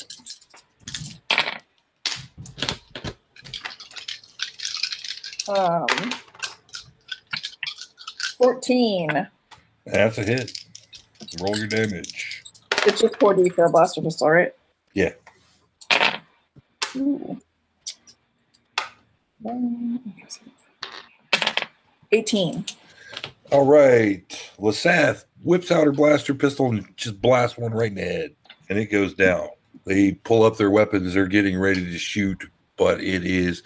Speaker 3: Um, fourteen.
Speaker 8: That's a hit. Roll your damage.
Speaker 3: It's just four D for a blaster pistol, right?
Speaker 8: Yeah.
Speaker 3: Ooh. Um, Eighteen.
Speaker 8: All right. Lasath whips out her blaster pistol and just blasts one right in the head, and it goes down. They pull up their weapons. They're getting ready to shoot, but it is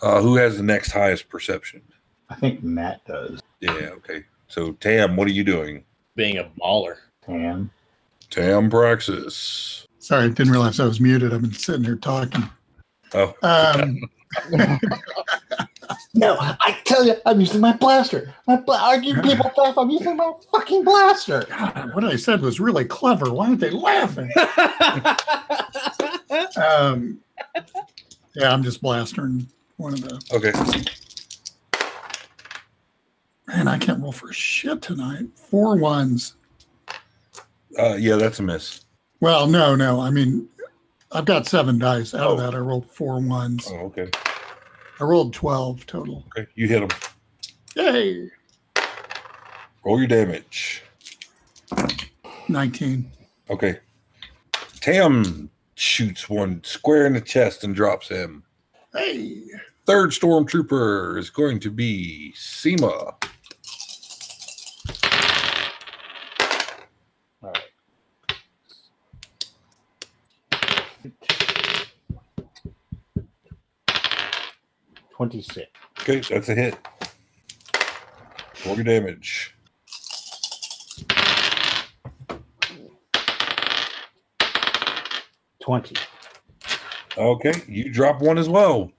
Speaker 8: uh, who has the next highest perception?
Speaker 1: I think Matt does.
Speaker 8: Yeah. Okay. So
Speaker 7: (laughs)
Speaker 8: Tam, what are you doing?
Speaker 7: Being a baller.
Speaker 1: Tam.
Speaker 8: Tam Praxis.
Speaker 6: Sorry, I didn't realize I was muted. I've been sitting here talking.
Speaker 8: Oh,
Speaker 6: Um,
Speaker 1: No, I tell you, I'm using my blaster. My bla- I (laughs) give people stuff. I'm using my fucking blaster.
Speaker 6: God, what I said was really clever. Why aren't they laughing? um, yeah, I'm just blastering one of the.
Speaker 8: okay.
Speaker 6: Man, I can't roll for shit tonight. Four ones.
Speaker 8: Uh, yeah, that's a miss.
Speaker 6: Well, no, no. I mean, I've got seven dice. Out
Speaker 8: Oh.
Speaker 6: of that, I rolled four ones.
Speaker 8: Oh, okay.
Speaker 6: I rolled 12 total.
Speaker 8: Okay, you hit him.
Speaker 6: Yay.
Speaker 8: Roll your damage.
Speaker 6: 19.
Speaker 8: Okay. Tam shoots one square in the chest and drops him.
Speaker 6: Hey.
Speaker 8: Third stormtrooper is going to be Seema.
Speaker 1: Twenty six.
Speaker 8: Okay, that's a hit. Roll your damage.
Speaker 1: Twenty.
Speaker 8: Okay, you drop one as well.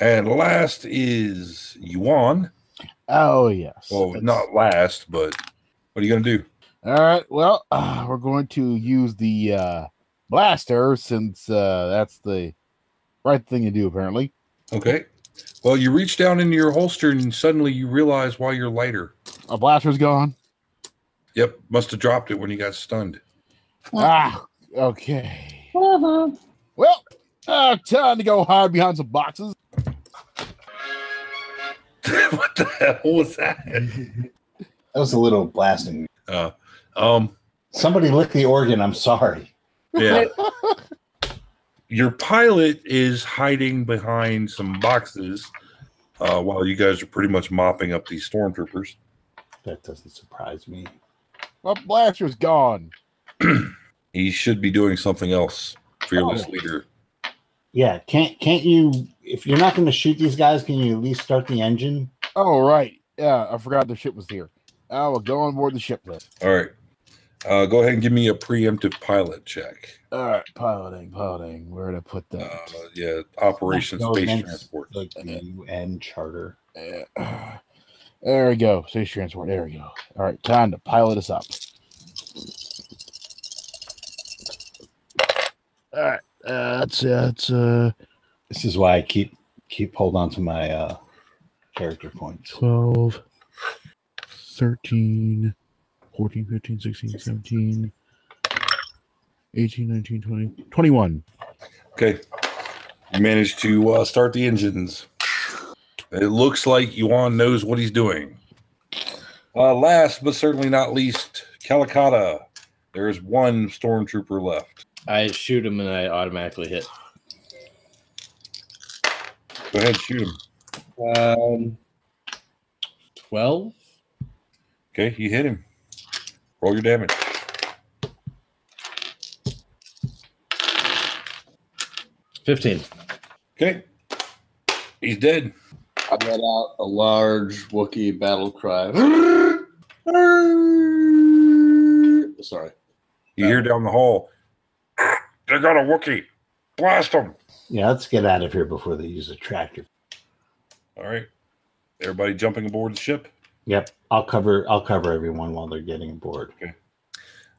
Speaker 8: And last is Yuan.
Speaker 4: Oh yes.
Speaker 8: Well,
Speaker 4: That's-
Speaker 8: not last, but what are you going to do?
Speaker 4: All right. Well, uh, we're going to use the uh, blaster since uh, that's the right thing to do, apparently.
Speaker 8: Okay. Well, you reach down into your holster and suddenly you realize why you're lighter.
Speaker 4: A blaster's gone.
Speaker 8: Yep, must have dropped it when you got stunned.
Speaker 4: Ah, okay.
Speaker 3: Uh-huh.
Speaker 4: Well, uh, time to go hide behind some boxes.
Speaker 8: (laughs) what the hell was that?
Speaker 1: That was a little blasting.
Speaker 8: Uh, um,
Speaker 1: Somebody licked the organ. I'm sorry.
Speaker 8: yeah. (laughs) Your pilot is hiding behind some boxes uh, while you guys are pretty much mopping up these stormtroopers.
Speaker 1: That doesn't surprise me.
Speaker 4: My blaster's gone.
Speaker 8: He should be doing something else. Fearless
Speaker 1: Oh.
Speaker 8: leader.
Speaker 1: Yeah, can't can't you? If you're not going to shoot these guys, can you at least start the engine?
Speaker 4: Oh right. Yeah, I forgot the ship was here. I will go on board the ship then.
Speaker 8: All right. Uh, go ahead and give me a preemptive pilot check.
Speaker 4: All right, piloting, piloting. Where did I put
Speaker 8: Uh,
Speaker 4: that?
Speaker 8: yeah, Operation
Speaker 1: Go
Speaker 8: Space
Speaker 1: against,
Speaker 8: Transport.
Speaker 1: Like the UN charter.
Speaker 4: Uh, (sighs) there we go. Space transport. There we go. All right, time to pilot us up. All right, uh, that's that's uh,
Speaker 1: This is why I keep keep hold on to my uh, character points.
Speaker 4: 12, 13, 14, 15, 16, 17, 18, 19, 20, 21.
Speaker 8: Okay. You managed to uh, start the engines. It looks like Yuan knows what he's doing. Uh, last but certainly not least, Calicata. There is one stormtrooper left.
Speaker 7: I shoot him and I automatically hit.
Speaker 8: Go ahead, shoot him.
Speaker 7: Um, 12?
Speaker 8: Okay, you hit him. Roll your damage.
Speaker 7: Fifteen.
Speaker 8: Okay. He's dead.
Speaker 5: I let out a large Wookiee battle cry. (laughs) Sorry.
Speaker 8: You hear down the hall. They got a Wookiee. Blast them.
Speaker 1: Yeah, let's get out of here before they use a tractor.
Speaker 8: All right. Everybody jumping aboard the ship.
Speaker 1: Yep, I'll cover I'll cover everyone while they're getting aboard.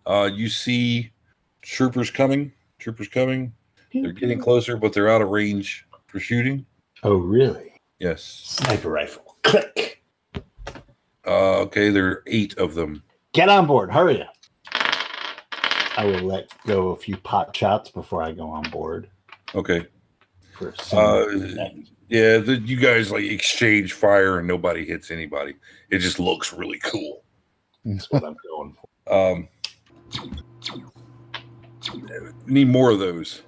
Speaker 8: Uh, you see troopers coming. Troopers coming. They're getting closer, but they're out of range for shooting.
Speaker 1: Oh, really?
Speaker 8: Yes.
Speaker 1: Sniper rifle. Click.
Speaker 8: Uh, okay, there are eight of them.
Speaker 1: Get on board. Hurry up. I will let go a few pot shots before I go on board.
Speaker 8: Okay.
Speaker 1: For some
Speaker 8: Uh, yeah, the, you guys like exchange fire and nobody hits anybody. It just looks really cool.
Speaker 1: That's what I'm going for.
Speaker 8: Um, need more of those.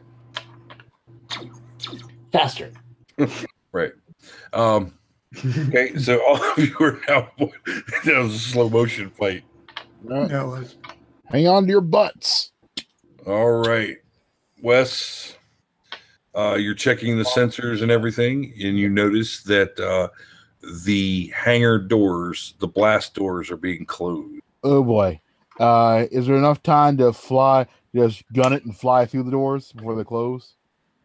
Speaker 1: Faster.
Speaker 8: (laughs) Right. Um, okay, so (laughs) all of you are now. (laughs) that was a slow motion fight.
Speaker 4: All right,
Speaker 6: No, it was-
Speaker 4: hang on to your butts.
Speaker 8: All right, Wes, uh, you're checking the sensors and everything, and you notice that uh, the hangar doors, the blast doors, are being closed.
Speaker 4: Oh boy. Uh, is there enough time to fly? Just gun it and fly through the doors before they close.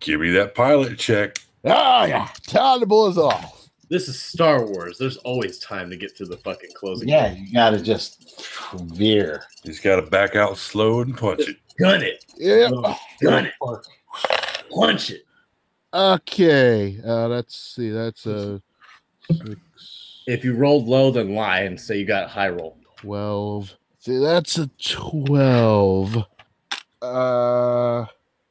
Speaker 8: Give me that pilot check.
Speaker 4: Ah, yeah. Time to blow us off.
Speaker 7: This is Star Wars. There's always time to get through the fucking closing.
Speaker 1: Yeah, you gotta just veer.
Speaker 8: He's got to back out slow and punch it.
Speaker 7: Gun it.
Speaker 4: Yeah.
Speaker 7: Gun it. Punch it.
Speaker 4: Okay. Uh, let's see. That's a six,
Speaker 7: If you rolled low, then lie and say you got high roll.
Speaker 4: 12. See, that's a 12. Uh,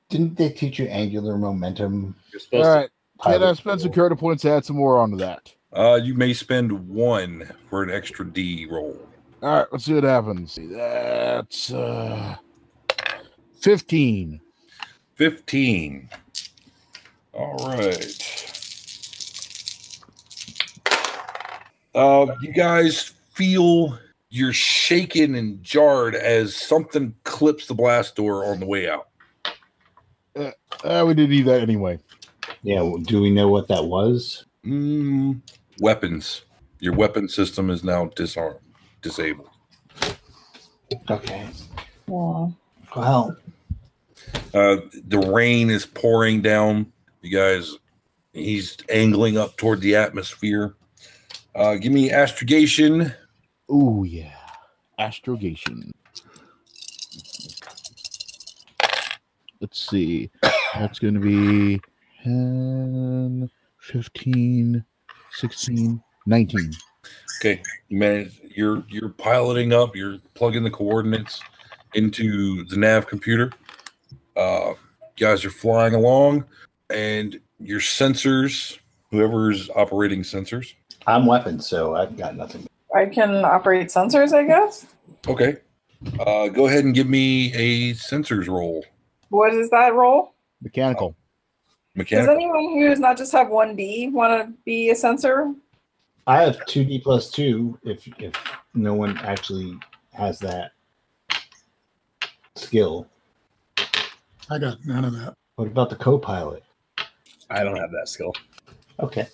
Speaker 1: Didn't they teach you angular momentum?
Speaker 7: You're supposed
Speaker 4: all right.
Speaker 1: Pilot
Speaker 4: Can I spend some character points to add some more onto that?
Speaker 8: Uh, you may spend one for an extra D roll.
Speaker 4: All right. Let's see what happens. See, that's uh, 15.
Speaker 8: 15. All right. Uh, you guys feel you're shaken and jarred as something clips the blast door on the way out.
Speaker 4: Uh, we didn't need that anyway.
Speaker 1: Yeah. well, Do we know what that was?
Speaker 8: Mm, weapons. Your weapon system is now disarmed, disabled.
Speaker 1: Okay.
Speaker 3: Aw.
Speaker 1: Well,
Speaker 8: Uh, the rain is pouring down. You guys, he's angling up toward the atmosphere. Uh, give me astrogation.
Speaker 4: Oh, yeah. Astrogation. Let's see. That's going to be 10, 15, 16, 19.
Speaker 8: Okay, you manage, you're you're piloting up. You're plugging the coordinates into the nav computer. Uh, you guys are flying along, and your sensors, whoever's operating sensors.
Speaker 1: I'm weapons, so I've got nothing.
Speaker 3: I can operate sensors, I guess.
Speaker 8: Okay, uh, go ahead and give me a sensors roll.
Speaker 3: What is that role?
Speaker 4: Mechanical.
Speaker 3: Does
Speaker 8: Mechanical.
Speaker 3: anyone who does not just have one B want to be a sensor?
Speaker 1: I have two D plus two. If if no one actually has that skill,
Speaker 6: I got none of that.
Speaker 1: what about the co-pilot?
Speaker 7: I don't have that skill.
Speaker 1: Okay.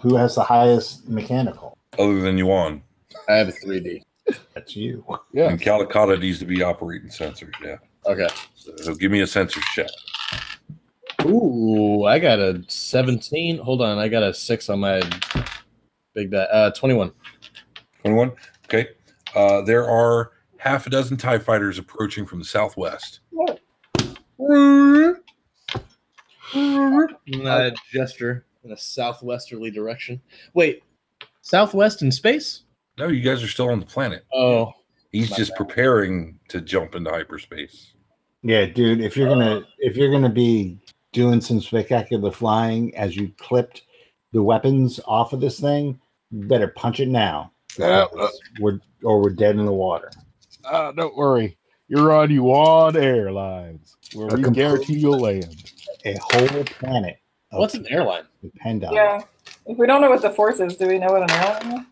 Speaker 1: Who has the highest mechanical?
Speaker 8: Other than Yuan
Speaker 7: I have a 3D.
Speaker 1: That's you.
Speaker 4: Yeah.
Speaker 8: and Calicata needs to be operating sensors. Yeah.
Speaker 7: Okay.
Speaker 8: So give me a sensors check.
Speaker 7: Ooh, I got a 17. Hold on, I got a six on my big die. Uh, 21.
Speaker 8: 21. Okay. Uh, there are half a dozen TIE fighters approaching from the southwest.
Speaker 7: Uh, gesture in a southwesterly direction. Wait, southwest in space?
Speaker 8: No, you guys are still on the planet.
Speaker 7: Oh,
Speaker 8: He's
Speaker 7: My
Speaker 8: just preparing to jump into hyperspace.
Speaker 1: Yeah, dude. If you're gonna if you're gonna be doing some spectacular flying as you clipped the weapons off of this thing, you better punch it now.
Speaker 4: Uh, uh.
Speaker 1: Because we're or we're dead in the water.
Speaker 4: Uh, don't worry. You're on Yuan Airlines, where
Speaker 1: A
Speaker 4: we
Speaker 1: complete-
Speaker 4: guarantee you'll land.
Speaker 1: A whole planet. of-
Speaker 7: what's an airline?
Speaker 1: depend on?
Speaker 3: Yeah. If we don't know what the force is, do we know what an airline is?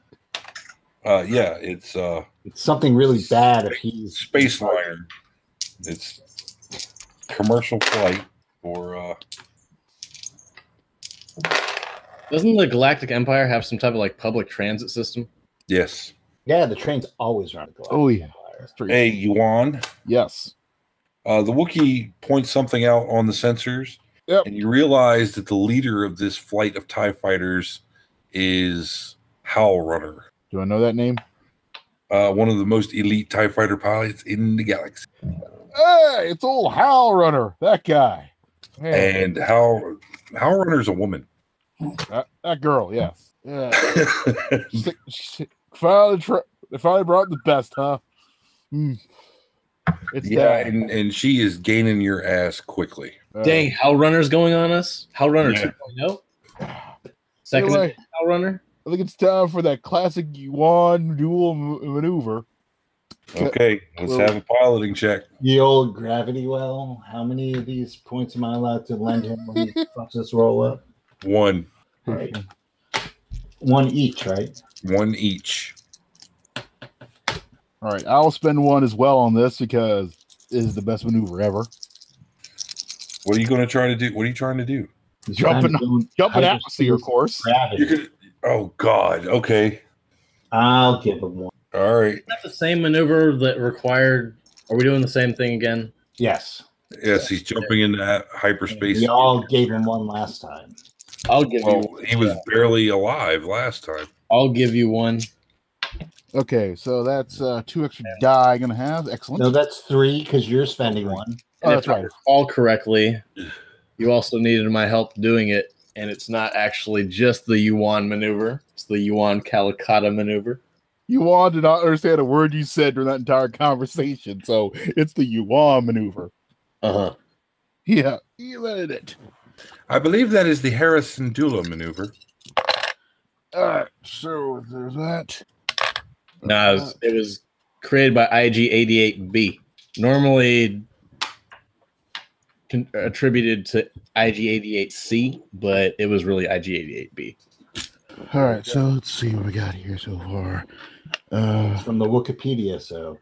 Speaker 8: Uh, yeah, it's uh,
Speaker 1: It's something really bad if he's
Speaker 8: space liner. It's commercial flight or uh,
Speaker 7: Doesn't the Galactic Empire have some type of like public transit system?
Speaker 8: yes.
Speaker 1: Yeah, the train's always run.
Speaker 4: Oh, yeah.
Speaker 8: Hey, Yuan.
Speaker 4: Yes.
Speaker 8: Uh, the Wookiee points something out on the sensors,
Speaker 4: Yep.
Speaker 8: and you realize that the leader of this flight of TIE fighters is Howl Runner,
Speaker 4: Do I know that name?
Speaker 8: uh, one of the most elite TIE fighter pilots in the galaxy.
Speaker 4: Hey, it's old Howl Runner. That guy. Man,
Speaker 8: And Howl, Howl Runner is a woman. (laughs)
Speaker 4: that, that girl. Yes. Yeah. Sick- sick. finally, tra- they finally brought the best, huh? Hmm. It's
Speaker 8: yeah,
Speaker 4: that.
Speaker 8: and, and she is gaining your ass quickly.
Speaker 4: Uh,
Speaker 7: Dang, Hell Runner's going on us. Hell Runner
Speaker 8: Yeah.
Speaker 7: 2.0. oh? Second
Speaker 4: anyway,
Speaker 7: Hell Runner.
Speaker 4: I think it's time for that classic Yuan dual m- maneuver.
Speaker 8: Okay, let's have a piloting check.
Speaker 1: The old gravity well. How many of these points am I allowed to lend him (laughs) when he fucks this roll up?
Speaker 8: One,
Speaker 1: Right. One each, right?
Speaker 8: one each.
Speaker 4: All right, I'll spend one as well on this because it is the best maneuver ever.
Speaker 8: What are you going to try to do? What are you trying to do?
Speaker 1: He's
Speaker 4: Jumping-
Speaker 1: trying to go in
Speaker 4: Jumping
Speaker 1: hyperspace
Speaker 4: atmosphere, of course.
Speaker 1: Gravity.
Speaker 8: You're gonna, oh God. Okay.
Speaker 1: I'll give him one.
Speaker 8: All right.
Speaker 7: that the same maneuver that required? Are we doing the same thing again?
Speaker 1: Yes.
Speaker 8: Yes, he's jumping into hy- hyperspace.
Speaker 1: We all gave him one last time.
Speaker 7: I'll give
Speaker 8: Well,
Speaker 7: you.
Speaker 8: he was barely alive last time.
Speaker 7: I'll give you one.
Speaker 4: Okay, so that's uh, two extra die I'm gonna have. Excellent.
Speaker 1: No, that's three because you're spending one.
Speaker 4: oh,
Speaker 7: And
Speaker 4: that's
Speaker 7: if I
Speaker 4: right.
Speaker 7: recall (sighs) correctly, you also needed my help doing it, and it's not actually just the Yuan maneuver; it's the Yuan Calicata maneuver.
Speaker 4: Yuan did not understand a word you said during that entire conversation, so it's the Yuan maneuver.
Speaker 7: Uh huh.
Speaker 4: Yeah, you read it.
Speaker 8: I believe that is the Harrison Dula maneuver.
Speaker 4: All right, so there's that.
Speaker 7: No, it was, it was created by IG88B. Normally con- attributed to IG88C, but it was really IG88B.
Speaker 4: All right, so let's see what we got here so far.
Speaker 1: It's
Speaker 4: Uh,
Speaker 1: from the Wikipedia, so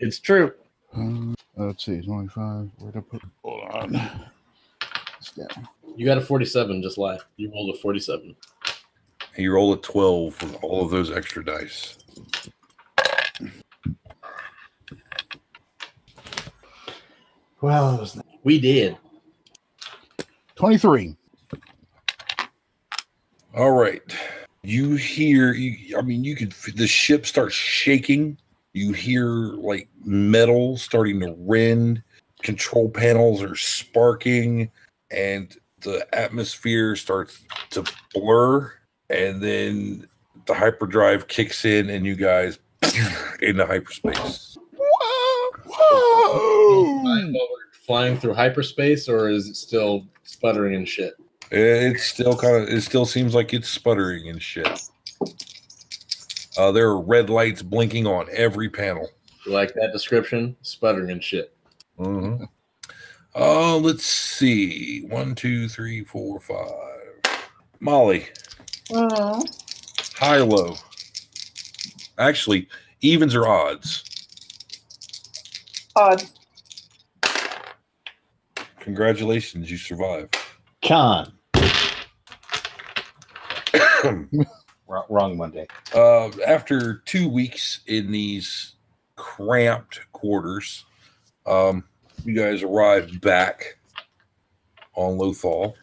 Speaker 7: It's true.
Speaker 4: um, let's see, it's only five. Where to put? Hold on. It's down.
Speaker 7: You got a 47 just live. You rolled a 47.
Speaker 8: He rolled a 12 with all of those extra dice.
Speaker 1: well, it was
Speaker 7: We did.
Speaker 4: Twenty-three.
Speaker 8: All right. You hear, you, I mean, you could, f- the ship starts shaking. You hear like metal starting to rend. Control panels are sparking and the atmosphere starts to blur. And then the hyperdrive kicks in and you guys (laughs) into hyperspace.
Speaker 4: Whoa!
Speaker 7: Hmm.
Speaker 4: Whoa!
Speaker 7: Flying through hyperspace, or is it still sputtering and shit?
Speaker 8: It- It's still kind of. It still seems like it's sputtering and shit. Uh, there are red lights blinking on every panel.
Speaker 7: You like that description? Sputtering and shit.
Speaker 8: Mm-hmm. Uh, let's see. One, two, three, four, five. Molly,
Speaker 3: Oh.
Speaker 8: high, low. Actually, evens or odds.
Speaker 3: Odd.
Speaker 8: Congratulations, you survived.
Speaker 1: Con. Wrong, wrong one day.
Speaker 8: uh, after two weeks in these cramped quarters, um, you guys arrived back on Lothal.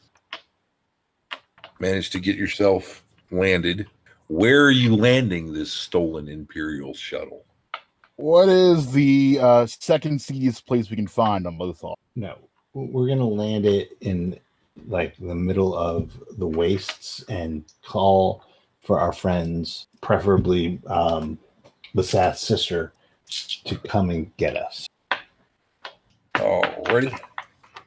Speaker 8: Managed to get yourself landed. Where are you landing this stolen Imperial shuttle?
Speaker 4: What is the uh, second seediest place we can find on Lothal?
Speaker 1: No, we're gonna land it in like the middle of the wastes and call for our friends, preferably um, the Sath sister, to come and get us.
Speaker 8: Alrighty.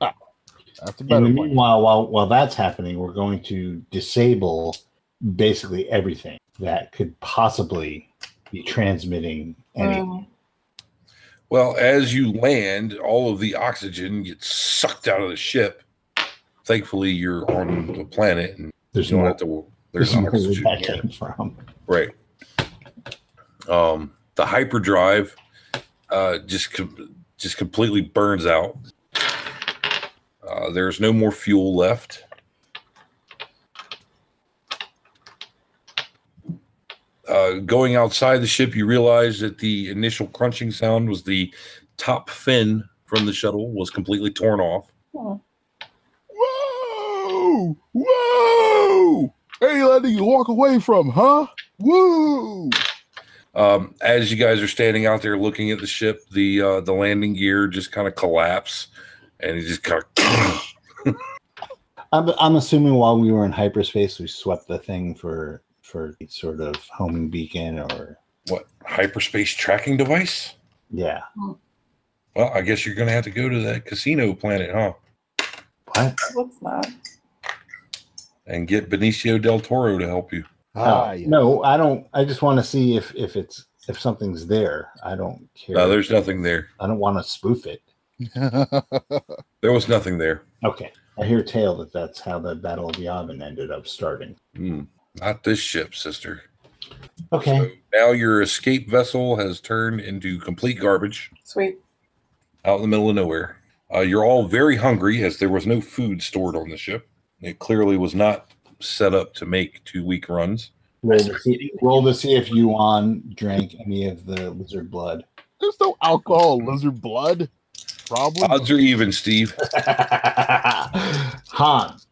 Speaker 4: That's a
Speaker 1: In
Speaker 4: better
Speaker 1: the
Speaker 4: one.
Speaker 1: meanwhile, while while that's happening, we're going to disable basically everything that could possibly be transmitting any.
Speaker 3: Mm.
Speaker 8: Well, as you land, all of the oxygen gets sucked out of the ship. Thankfully, you're on the planet and
Speaker 1: there's
Speaker 8: you don't
Speaker 1: no.
Speaker 8: have to.
Speaker 1: There's
Speaker 8: There's
Speaker 1: no where
Speaker 8: oxygen.
Speaker 1: that
Speaker 8: here.
Speaker 1: came from.
Speaker 8: Right. Um, the hyperdrive uh, just com- just completely burns out. Uh, there's no more fuel left. Uh, going outside the ship, you realize that the initial crunching sound was the top fin from the shuttle was completely torn off.
Speaker 4: Whoa! Whoa! Hey, lady, you walk away from, huh? Woo!
Speaker 8: Um, as you guys are standing out there looking at the ship, the uh, the landing gear just kind of collapse, and it just kind of
Speaker 1: I'm, I'm assuming while we were in hyperspace, we swept the thing for for sort of homing beacon or
Speaker 8: (clears throat) what hyperspace tracking device?
Speaker 1: yeah.
Speaker 8: Well, I guess you're gonna have to go to that casino planet, huh?
Speaker 1: What?
Speaker 3: What's that?
Speaker 8: And get Benicio del Toro to help you.
Speaker 4: Ah,
Speaker 1: Oh,
Speaker 4: yeah.
Speaker 1: No, I don't. I just want to see if if it's if something's there. I don't care.
Speaker 8: No, there's nothing there.
Speaker 1: I don't want to spoof it.
Speaker 8: There was nothing there.
Speaker 1: Okay. I hear tale that that's how the Battle of Yavin ended up starting.
Speaker 8: Hmm. Not this ship, sister.
Speaker 1: Okay.
Speaker 8: So now your escape vessel has turned into complete garbage
Speaker 3: Sweet.
Speaker 8: out in the middle of nowhere. Uh, you're all very hungry as there was no food stored on the ship. It clearly was not set up to make two week runs.
Speaker 1: Roll to, see, roll to see if Yuan drank any of the lizard blood. (laughs)
Speaker 4: There's no alcohol, in lizard blood. Problem.
Speaker 8: Odds are even, Steve.
Speaker 1: Han, (laughs)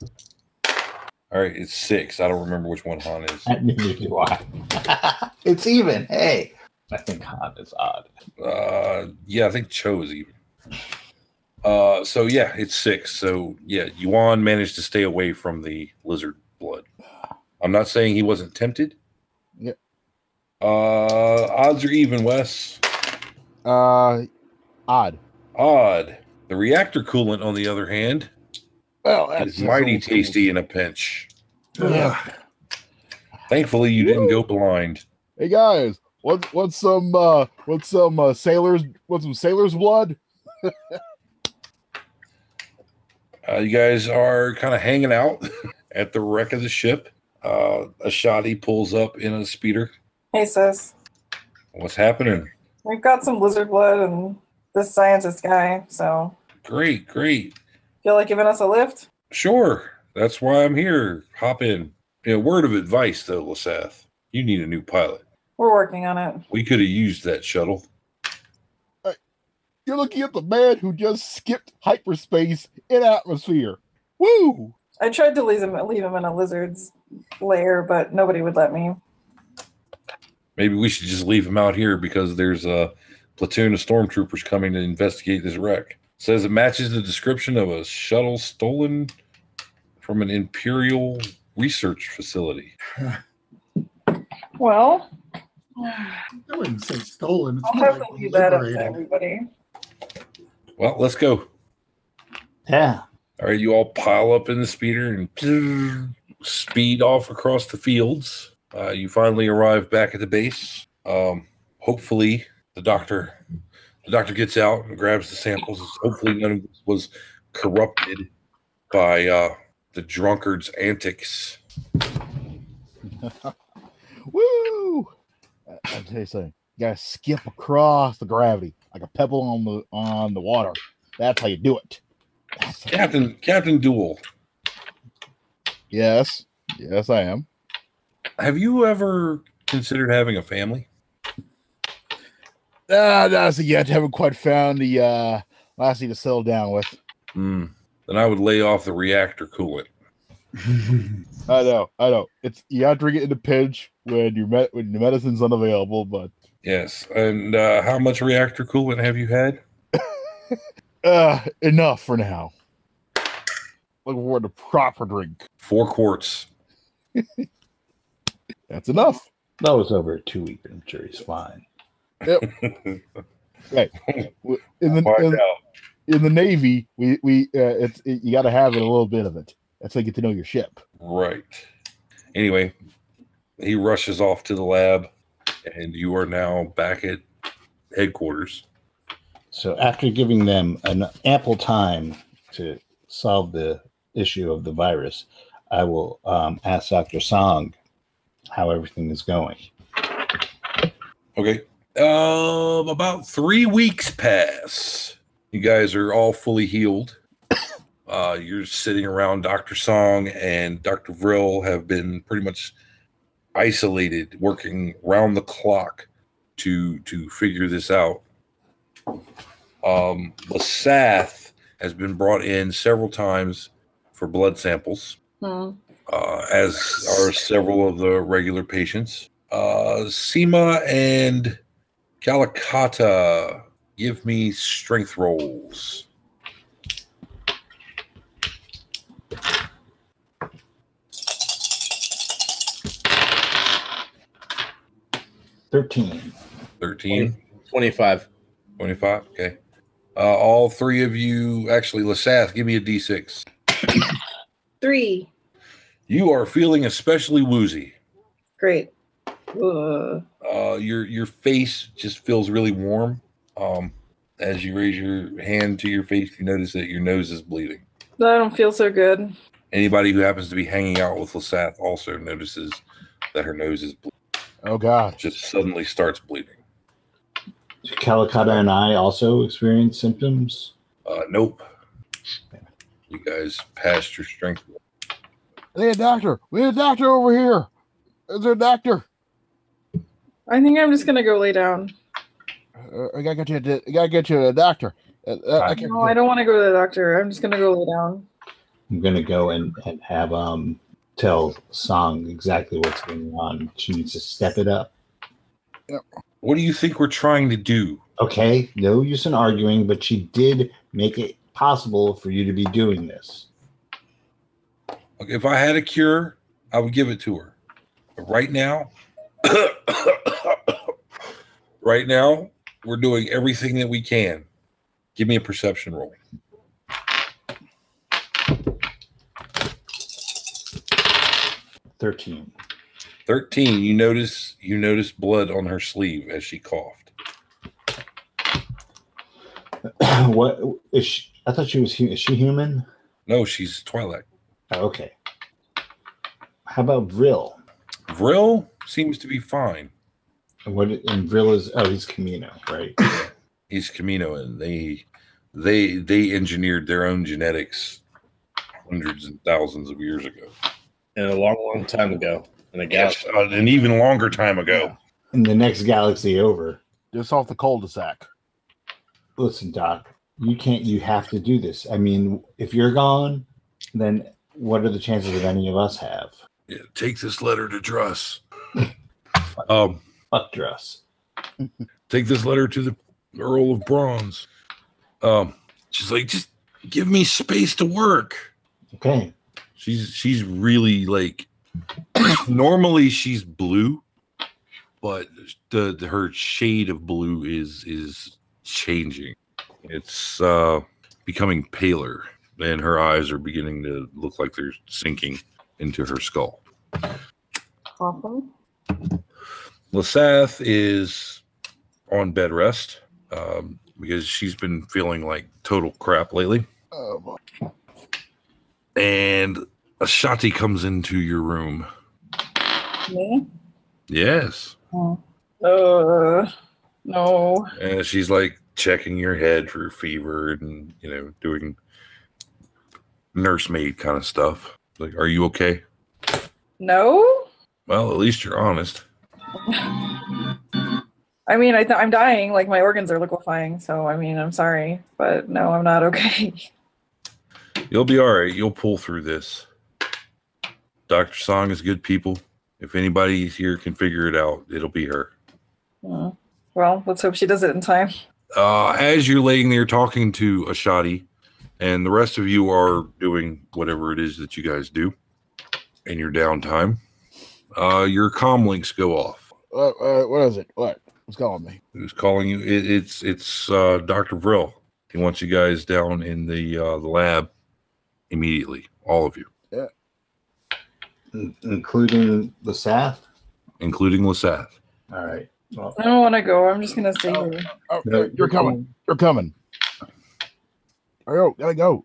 Speaker 8: All right, it's six. I don't remember which one Han is.
Speaker 1: neither do I. it's even. Hey, I think Han is odd.
Speaker 8: Uh, yeah, I think Cho is even. Uh, so yeah, it's six. So yeah, Yuan managed to stay away from the lizard blood. I'm not saying he wasn't tempted.
Speaker 4: Yep.
Speaker 8: Uh, odds are even, Wes.
Speaker 4: Uh, odd.
Speaker 8: Odd. The reactor coolant, on the other hand,
Speaker 4: Well,
Speaker 8: is mighty tasty in a pinch. Thankfully, you didn't go blind.
Speaker 4: Hey guys, what what's some uh what's some uh, sailors what's some sailors blood?
Speaker 8: Uh, you guys are kind of hanging out (laughs) at the wreck of the ship. Uh, a shoddy pulls up in a speeder.
Speaker 3: Hey, sis.
Speaker 8: What's happening?
Speaker 3: We've got some lizard blood and this scientist guy, so
Speaker 8: Great, great.
Speaker 3: feel like giving us a lift?
Speaker 8: Sure. That's why I'm here. Hop in. Yeah, word of advice, though, Lasath. You need a new pilot.
Speaker 3: We're working on it.
Speaker 8: We could have used that shuttle.
Speaker 4: You're looking at the man who just skipped hyperspace in atmosphere. Woo!
Speaker 3: I tried to leave him, leave him in a lizard's lair, but nobody would let me.
Speaker 8: Maybe we should just leave him out here because there's a platoon of stormtroopers coming to investigate this wreck. Says it matches the description of a shuttle stolen from an Imperial research facility.
Speaker 3: Well,
Speaker 6: I wouldn't say stolen. It's
Speaker 3: I'll
Speaker 6: more
Speaker 3: have
Speaker 6: like
Speaker 3: to leave that up to
Speaker 6: liberated.
Speaker 3: everybody.
Speaker 8: Well, let's go.
Speaker 1: Yeah.
Speaker 8: All right, you all pile up in the speeder and speed off across the fields. Uh, you finally arrive back at the base. Um, hopefully, the doctor the doctor gets out and grabs the samples. Hopefully, none of this was corrupted by uh, the drunkard's antics.
Speaker 4: Woo! I, I tell you something. You gotta skip across the gravity like a pebble on the on the water. That's how you do it. That's-
Speaker 8: Captain Captain Duel,
Speaker 4: yes, yes, I am.
Speaker 8: have you ever considered having a family?
Speaker 4: Ah, no, so yet haven't quite found the uh last thing to settle down with.
Speaker 8: Hmm. Then I would lay off the reactor coolant.
Speaker 4: I know, I know. It's you gotta drink it in a pinch when your med- when your medicine's unavailable, but
Speaker 8: Yes. And uh, how much reactor coolant have you had?
Speaker 4: uh enough for now. Looking forward to proper drink.
Speaker 8: Four quarts.
Speaker 4: That's enough.
Speaker 1: That was over a two week. I'm sure he's fine.
Speaker 4: In the
Speaker 8: Find
Speaker 4: in,
Speaker 8: out.
Speaker 4: in the navy, we we uh, it's it, you gotta have it a little bit of it. That's how you get to know your ship.
Speaker 8: Right. Anyway, he rushes off to the lab, and you are now back at headquarters.
Speaker 1: So after giving them an ample time to solve the issue of the virus, I will um, ask Dr. Song how everything is going.
Speaker 8: Okay. Um, about three weeks pass. You guys are all fully healed. (coughs) Uh, you're sitting around Dr. Song and Dr. Vrill have been pretty much isolated, working round the clock to to figure this out. Um, Lasath has been brought in several times for blood samples
Speaker 3: Hmm.
Speaker 8: uh, as are several of the regular patients. Uh, Seema and Calicata, give me strength rolls.
Speaker 1: Thirteen.
Speaker 8: 13,
Speaker 7: 25.
Speaker 8: 25. Okay. Uh, all three of you, actually, Lasath, give me a d6.
Speaker 3: Three.
Speaker 8: You are feeling especially woozy.
Speaker 3: Great. Uh,
Speaker 8: Uh, your your face just feels really warm. Um, as you raise your hand to your face, you notice that your nose is bleeding.
Speaker 3: I don't feel so good.
Speaker 8: Anybody who happens to be hanging out with Lasath also notices that her nose is ble-
Speaker 4: Oh god.
Speaker 8: just suddenly starts bleeding.
Speaker 1: Do Calicutta and I also experience symptoms.
Speaker 8: Uh, nope. You guys passed your strength.
Speaker 4: Hey doctor, we need a doctor over here. Is there a doctor?
Speaker 3: I think I'm just gonna go lay down.
Speaker 4: Uh, I gotta get you. to- I gotta get you to a doctor. Uh, uh, I can't.
Speaker 3: No, I don't want to go to the doctor. I'm just gonna go lay down.
Speaker 1: I'm gonna go and, and have um tell Song exactly what's going on. She needs to step it up.
Speaker 8: What do you think we're trying to do?
Speaker 1: Okay, no use in arguing, but she did make it possible for you to be doing this.
Speaker 8: Like, If I had a cure, I would give it to her. But right now, (coughs) right now, we're doing everything that we can. Give me a perception roll.
Speaker 1: Thirteen. (coughs)
Speaker 8: 13 you notice you notice blood on her sleeve as she coughed
Speaker 1: what is she? I thought she was. hu- Is she human?
Speaker 8: no she's twilight
Speaker 1: Oh, okay. How about Vril?
Speaker 8: vril seems to be fine
Speaker 1: And what? And Vril is oh, he's Camino, right?
Speaker 8: he's camino and they they they engineered their own genetics hundreds and thousands of years ago
Speaker 7: and a long, long time ago. And I guess
Speaker 8: yes uh, an even longer time ago
Speaker 1: In the next galaxy over.
Speaker 4: Just off the cul-de-sac.
Speaker 1: listen, Doc, you can't, you have to do this. I mean, if you're gone, then what are the chances of any of us have?
Speaker 8: yeah, take this letter to druss (laughs) um
Speaker 1: Fuck dress.
Speaker 8: take this letter to the Earl of Bronze. Um, she's like, just give me space to work.
Speaker 1: Okay.
Speaker 8: She's she's really like (clears throat) normally she's blue, but the, the her shade of blue is is changing. It's uh becoming paler and her eyes are beginning to look like they're sinking into her skull.
Speaker 3: Awesome.
Speaker 8: Lasath is on bed rest um, because she's been feeling like total crap lately.
Speaker 4: Oh, boy.
Speaker 8: And Ashanti comes into your room.
Speaker 3: Me?
Speaker 8: Yes.
Speaker 3: Uh, no.
Speaker 8: And she's like checking your head for fever and, you know, doing nursemaid kind of stuff. Like, are you okay?
Speaker 3: No.
Speaker 8: Well, at least you're honest.
Speaker 3: I mean, I th- I'm dying. Like my organs are liquefying. So I mean, I'm sorry, but no, I'm not okay. (laughs)
Speaker 8: You'll be all right. You'll pull through this. Dr. Song is good people. If anybody here can figure it out, it'll be her.
Speaker 3: Hmm. Well, let's hope she does it in time.
Speaker 8: uh, as you're laying there talking to Ashadi, and the rest of you are doing whatever it is that you guys do in your downtime, uh, your comm links go off.
Speaker 4: Uh, uh, what is it? What? What's calling me?
Speaker 8: Who's calling you? It, it's it's uh, Doctor Vril. He wants you guys down in the uh, the lab immediately, all of you,
Speaker 1: In- including the Sath?
Speaker 8: including Lasath.
Speaker 1: All right. Well,
Speaker 3: I don't want to go. I'm just gonna stay here.
Speaker 4: Oh,
Speaker 1: No,
Speaker 4: you're, you're coming. You're coming. I go. Gotta go.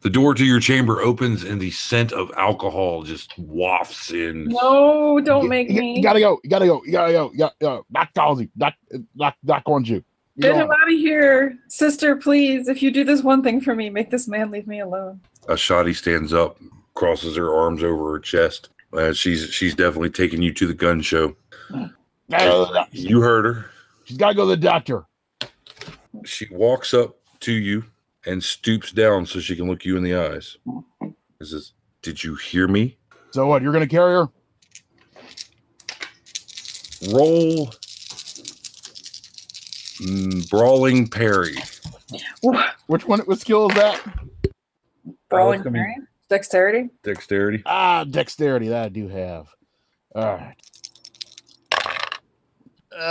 Speaker 8: The door to your chamber opens, and the scent of alcohol just wafts in.
Speaker 3: No, don't
Speaker 4: You-
Speaker 3: make
Speaker 4: you,
Speaker 3: me.
Speaker 4: You gotta go. You gotta go. You gotta go. You gotta go. Doc calls you. Doc, doc, doc wants you. You
Speaker 3: Get
Speaker 4: know,
Speaker 3: him out of here, sister. Please, if you do this one thing for me, make this man leave me alone.
Speaker 8: Ashadi stands up, crosses her arms over her chest. Uh, she's she's definitely taking you to the gun show.
Speaker 4: "Ah,
Speaker 8: You heard her.
Speaker 4: She's gotta go to the doctor.
Speaker 8: She walks up to you and stoops down so she can look you in the eyes. This is. Did you hear me?
Speaker 4: So what? You're gonna carry her?
Speaker 8: Roll. Mm, brawling parry.
Speaker 4: Which one? What skill is that?
Speaker 3: Brawling,
Speaker 8: Brawling can be-
Speaker 3: Fury? dexterity.
Speaker 8: Dexterity.
Speaker 4: Ah, dexterity. That I do have. All right.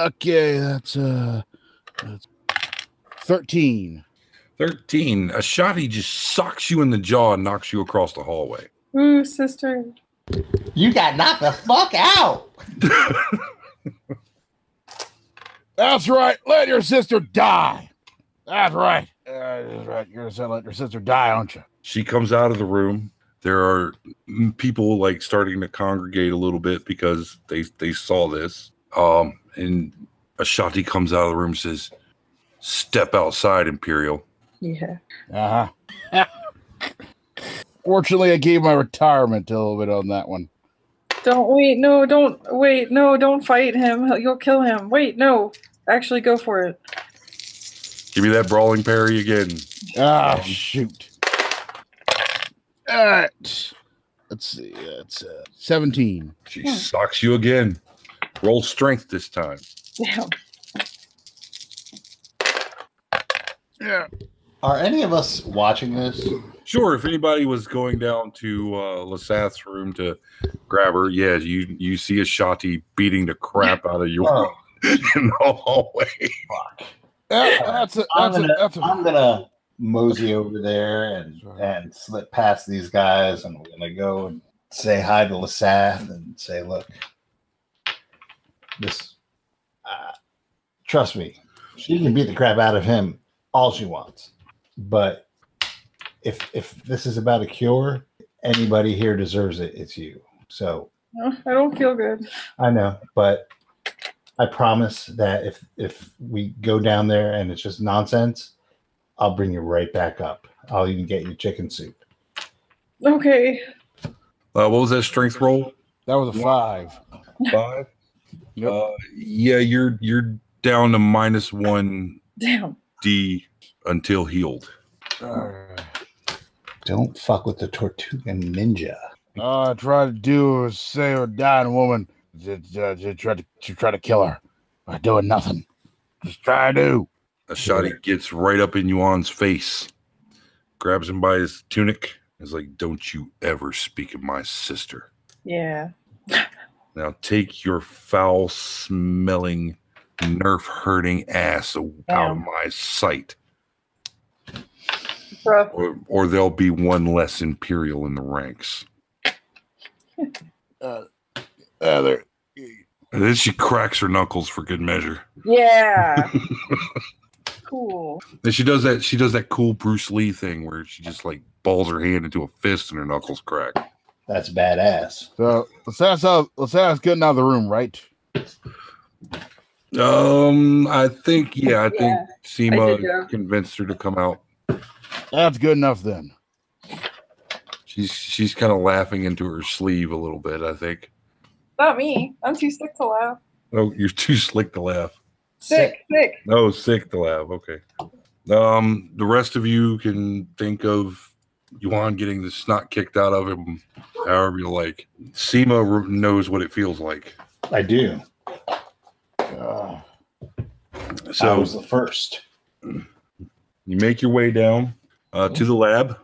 Speaker 4: Okay, that's uh, that's thirteen.
Speaker 8: 13. Ashadi just socks you in the jaw and knocks you across the hallway.
Speaker 3: Ooh, sister.
Speaker 1: you got knocked the fuck out.
Speaker 4: That's right. Let your sister die. That's right. Uh, that's right. You're gonna say let your sister die, aren't you?
Speaker 8: She comes out of the room. There are mm, people like starting to congregate a little bit because they they saw this. Um, and Ashanti comes out of the room and says, "Step outside, Imperial."
Speaker 3: Yeah.
Speaker 4: Uh (laughs) huh. Fortunately, I gave my retirement a little bit on that one.
Speaker 3: Don't wait. No, don't wait. No, don't fight him. he'll- You'll kill him. Wait, no. Actually, go for it. (laughs)
Speaker 8: Give me that brawling parry again.
Speaker 4: Ah, shoot. Ah, t- let's see. That's uh, 17.
Speaker 8: She sucks you again. Roll strength this time.
Speaker 3: Damn.
Speaker 4: Yeah.
Speaker 1: Are any of us watching this?
Speaker 8: Sure. If anybody was going down to uh, Lasath's room to grab her, yeah, you you see Ashati beating the crap out of you
Speaker 1: Oh.
Speaker 8: (laughs) in the hallway.
Speaker 4: Ah, that's a,
Speaker 1: I'm
Speaker 4: that's a,
Speaker 1: gonna,
Speaker 4: that's a,
Speaker 1: I'm gonna mosey over there and
Speaker 4: Sorry.
Speaker 1: and slip past these guys, and we're gonna go and say hi to Lasath and say, look, this, uh, trust me, she can beat the crap out of him all she wants, but if if this is about a cure, anybody here deserves it. It's you. So
Speaker 3: No, I don't feel good.
Speaker 1: I know, but I promise that if if we go down there and it's just nonsense, I'll bring you right back up. I'll even get you chicken soup.
Speaker 3: Okay.
Speaker 8: Uh, what was that strength roll?
Speaker 4: that was a five.
Speaker 8: Five.
Speaker 4: Yep.
Speaker 8: Uh, yeah, you're you're down to minus one
Speaker 3: Damn.
Speaker 8: D until healed.
Speaker 4: Uh,
Speaker 1: Don't fuck with the Tortuga Ninja.
Speaker 4: All Uh, I tried to do was say or die, woman. Just, uh, just tried to, just tried to kill her by doing nothing. Just try to do.
Speaker 8: Ashati gets right up in Yuan's face, grabs him by his tunic. Is like, "Don't you ever speak of my sister."
Speaker 3: Yeah.
Speaker 8: Now take your foul smelling, nerf hurting ass out of
Speaker 3: Damn.
Speaker 8: my sight,
Speaker 3: Rough.
Speaker 8: or, or there'll be one less Imperial in the ranks.
Speaker 4: Uh, there.
Speaker 8: And then she cracks her knuckles for good measure.
Speaker 3: Yeah. cool.
Speaker 8: And she does that. She does that cool Bruce Lee thing where she just like balls her hand into a fist and her knuckles crack.
Speaker 1: That's badass.
Speaker 4: So let's ask out. Let's ask getting out of the room, right?
Speaker 8: Um, I think yeah, I think
Speaker 3: Yeah,
Speaker 8: Seema
Speaker 3: did, yeah.
Speaker 8: convinced her to come out.
Speaker 4: That's good enough then.
Speaker 8: She's she's kind of laughing into her sleeve a little bit. I think.
Speaker 3: Not me. I'm too sick to laugh.
Speaker 8: Oh, you're too slick to laugh.
Speaker 3: Sick, sick.
Speaker 8: Oh, sick to laugh. Okay. Um, the rest of you can think of Yuan getting the snot kicked out of him, however you like. Seema r- knows what it feels like.
Speaker 1: I do.
Speaker 4: Uh,
Speaker 1: So Ah, I
Speaker 8: So
Speaker 1: was the first.
Speaker 8: you make your way down uh, to the lab,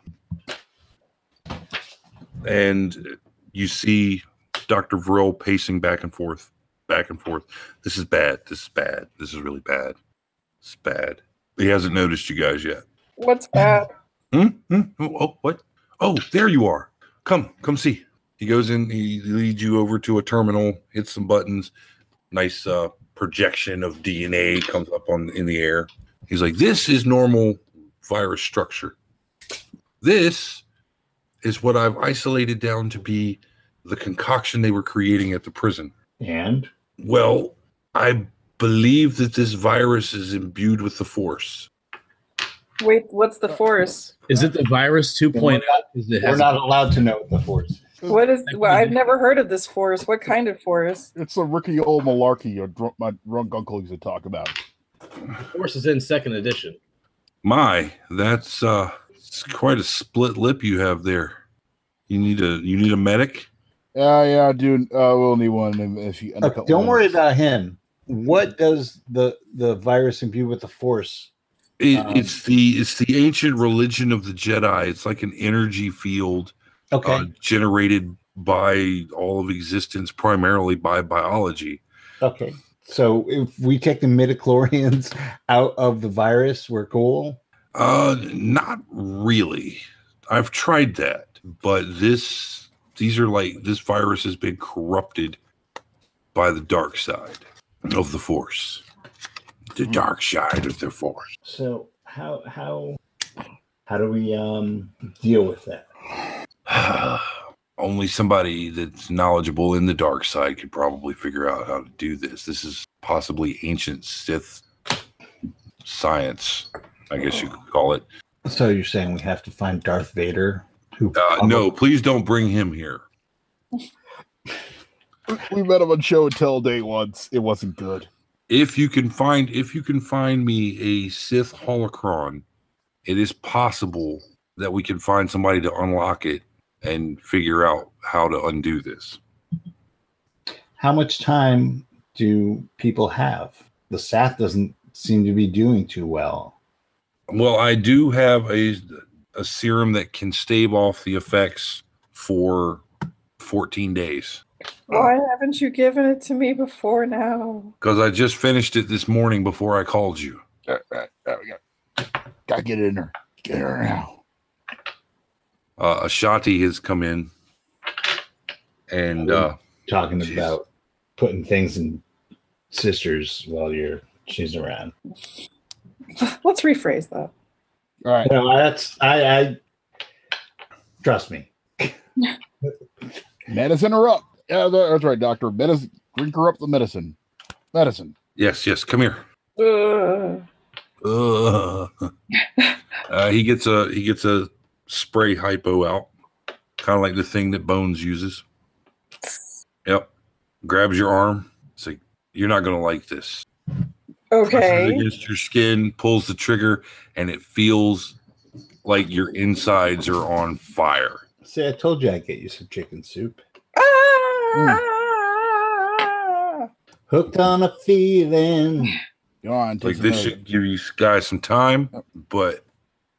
Speaker 8: and you see Dr. Vril pacing back and forth, back and forth. This is bad. This is bad. This is really bad. It's bad. He hasn't noticed you guys yet.
Speaker 3: What's bad?
Speaker 8: Hmm? Hmm? Oh, oh, what? Oh, there you are. Come, come see. He goes in, he leads you over to a terminal, hits some buttons. Nice uh, projection of DNA comes up on in the air. He's like, This is normal virus structure. This is what I've isolated down to be the concoction they were creating at the prison.
Speaker 1: And
Speaker 8: Well, I believe that this virus is imbued with the force.
Speaker 3: Wait, what's the force?
Speaker 7: Is it the virus 2.0? Is it
Speaker 1: we're
Speaker 7: has
Speaker 1: not allowed to know what the force. is.
Speaker 3: What is? Well, I've never heard of this force. What kind of force?
Speaker 4: it's the rookie old malarkey your drunk my drunk uncle used to talk about.
Speaker 7: forces in second edition?
Speaker 8: My, that's uh it's quite a split lip you have there. You need a you need a medic?
Speaker 4: Yeah, yeah, I do. Uh, we'll need one if- if you. and a
Speaker 1: Look,
Speaker 4: couple
Speaker 1: Uh, don't worry
Speaker 4: others.
Speaker 1: about him. What does the the virus imbue with the force?
Speaker 8: It,
Speaker 1: Um,
Speaker 8: it's the it's the ancient religion of the Jedi. It's like an energy field
Speaker 1: Okay.
Speaker 8: uh, generated by all of existence, primarily by biology.
Speaker 1: Okay. So if we take the midichlorians (laughs) out of the virus, we're cool.
Speaker 8: Uh not really. I've tried that, but this these are like this virus has been corrupted by the dark side of the force. The
Speaker 1: Hmm.
Speaker 8: dark side of the force.
Speaker 1: So how how how do we um deal with that?
Speaker 8: (sighs) Only somebody that's knowledgeable in the dark side could probably figure out how to do this. This is possibly ancient Sith science, I guess you could call it.
Speaker 1: So you're saying we have to find Darth Vader? Who
Speaker 8: Uh, no, please don't bring him here.
Speaker 4: we met him on show and tell day once. It wasn't good.
Speaker 8: if you can find if you can find me a Sith holocron, it is possible that we can find somebody to unlock it and figure out how to undo this.
Speaker 1: How much time do people have? The Sath doesn't seem to be doing too well.
Speaker 8: Well, I do have a a serum that can stave off the effects for 14 days
Speaker 3: Why haven't you given it to me before now?
Speaker 8: because I just finished it this morning before I called you.
Speaker 4: All right, all right, there we go. Gotta get in there. Get in there now.
Speaker 8: Uh, Ashanti has come in and uh,
Speaker 1: Talking
Speaker 8: Jeez.
Speaker 1: about putting things in sisters while you're she's around.
Speaker 3: Let's rephrase that.
Speaker 4: All right.
Speaker 1: No, that's I, I trust me.
Speaker 4: Medicine her up. Yeah, that- that's right, doctor. Medicine. Drink her up the medicine. Medicine.
Speaker 8: yes, yes, come here.
Speaker 3: Ugh.
Speaker 8: Uh, uh, he gets a he gets a spray hypo out, kind of like the thing that Bones uses. Yep, grabs your arm. It's like you're not gonna like this. Presses
Speaker 3: Okay.
Speaker 8: against your skin, pulls the trigger, and it feels like your insides are on fire.
Speaker 1: See, I told you I'd get you some chicken soup.
Speaker 3: Ah!
Speaker 1: Hooked on a feeling.
Speaker 4: Go on. take
Speaker 8: Like
Speaker 4: some
Speaker 8: this
Speaker 4: medicine.
Speaker 8: should give you guys some time, but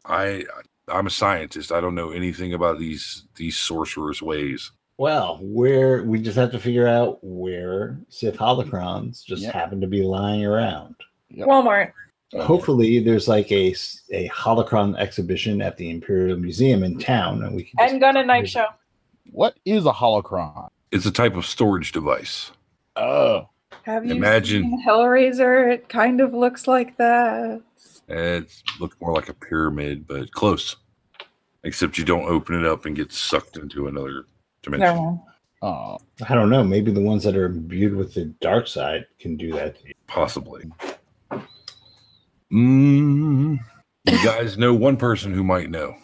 Speaker 8: I I'm a scientist. I don't know anything about these these sorcerers' ways.
Speaker 1: Well, where we just have to figure out where Sith holocrons just
Speaker 4: Yep.
Speaker 1: happen to be lying around.
Speaker 3: Walmart.
Speaker 1: Oh, Hopefully, there's like a s- a holocron exhibition at the Imperial Museum in town, and we can. Just,
Speaker 3: And gun and knife show.
Speaker 4: What is a holocron?
Speaker 8: It's a type of storage device.
Speaker 4: Oh.
Speaker 3: Have you
Speaker 8: Imagine.
Speaker 3: seen Hellraiser? It kind of looks like that.
Speaker 8: Eh, It looks more like a pyramid, but close. Except you don't open it up and get sucked into another dimension.
Speaker 3: No.
Speaker 4: Oh.
Speaker 1: I don't know. Maybe the ones that are imbued with the dark side can do that. to you.
Speaker 8: Possibly. Mm, you guys know one person who might know.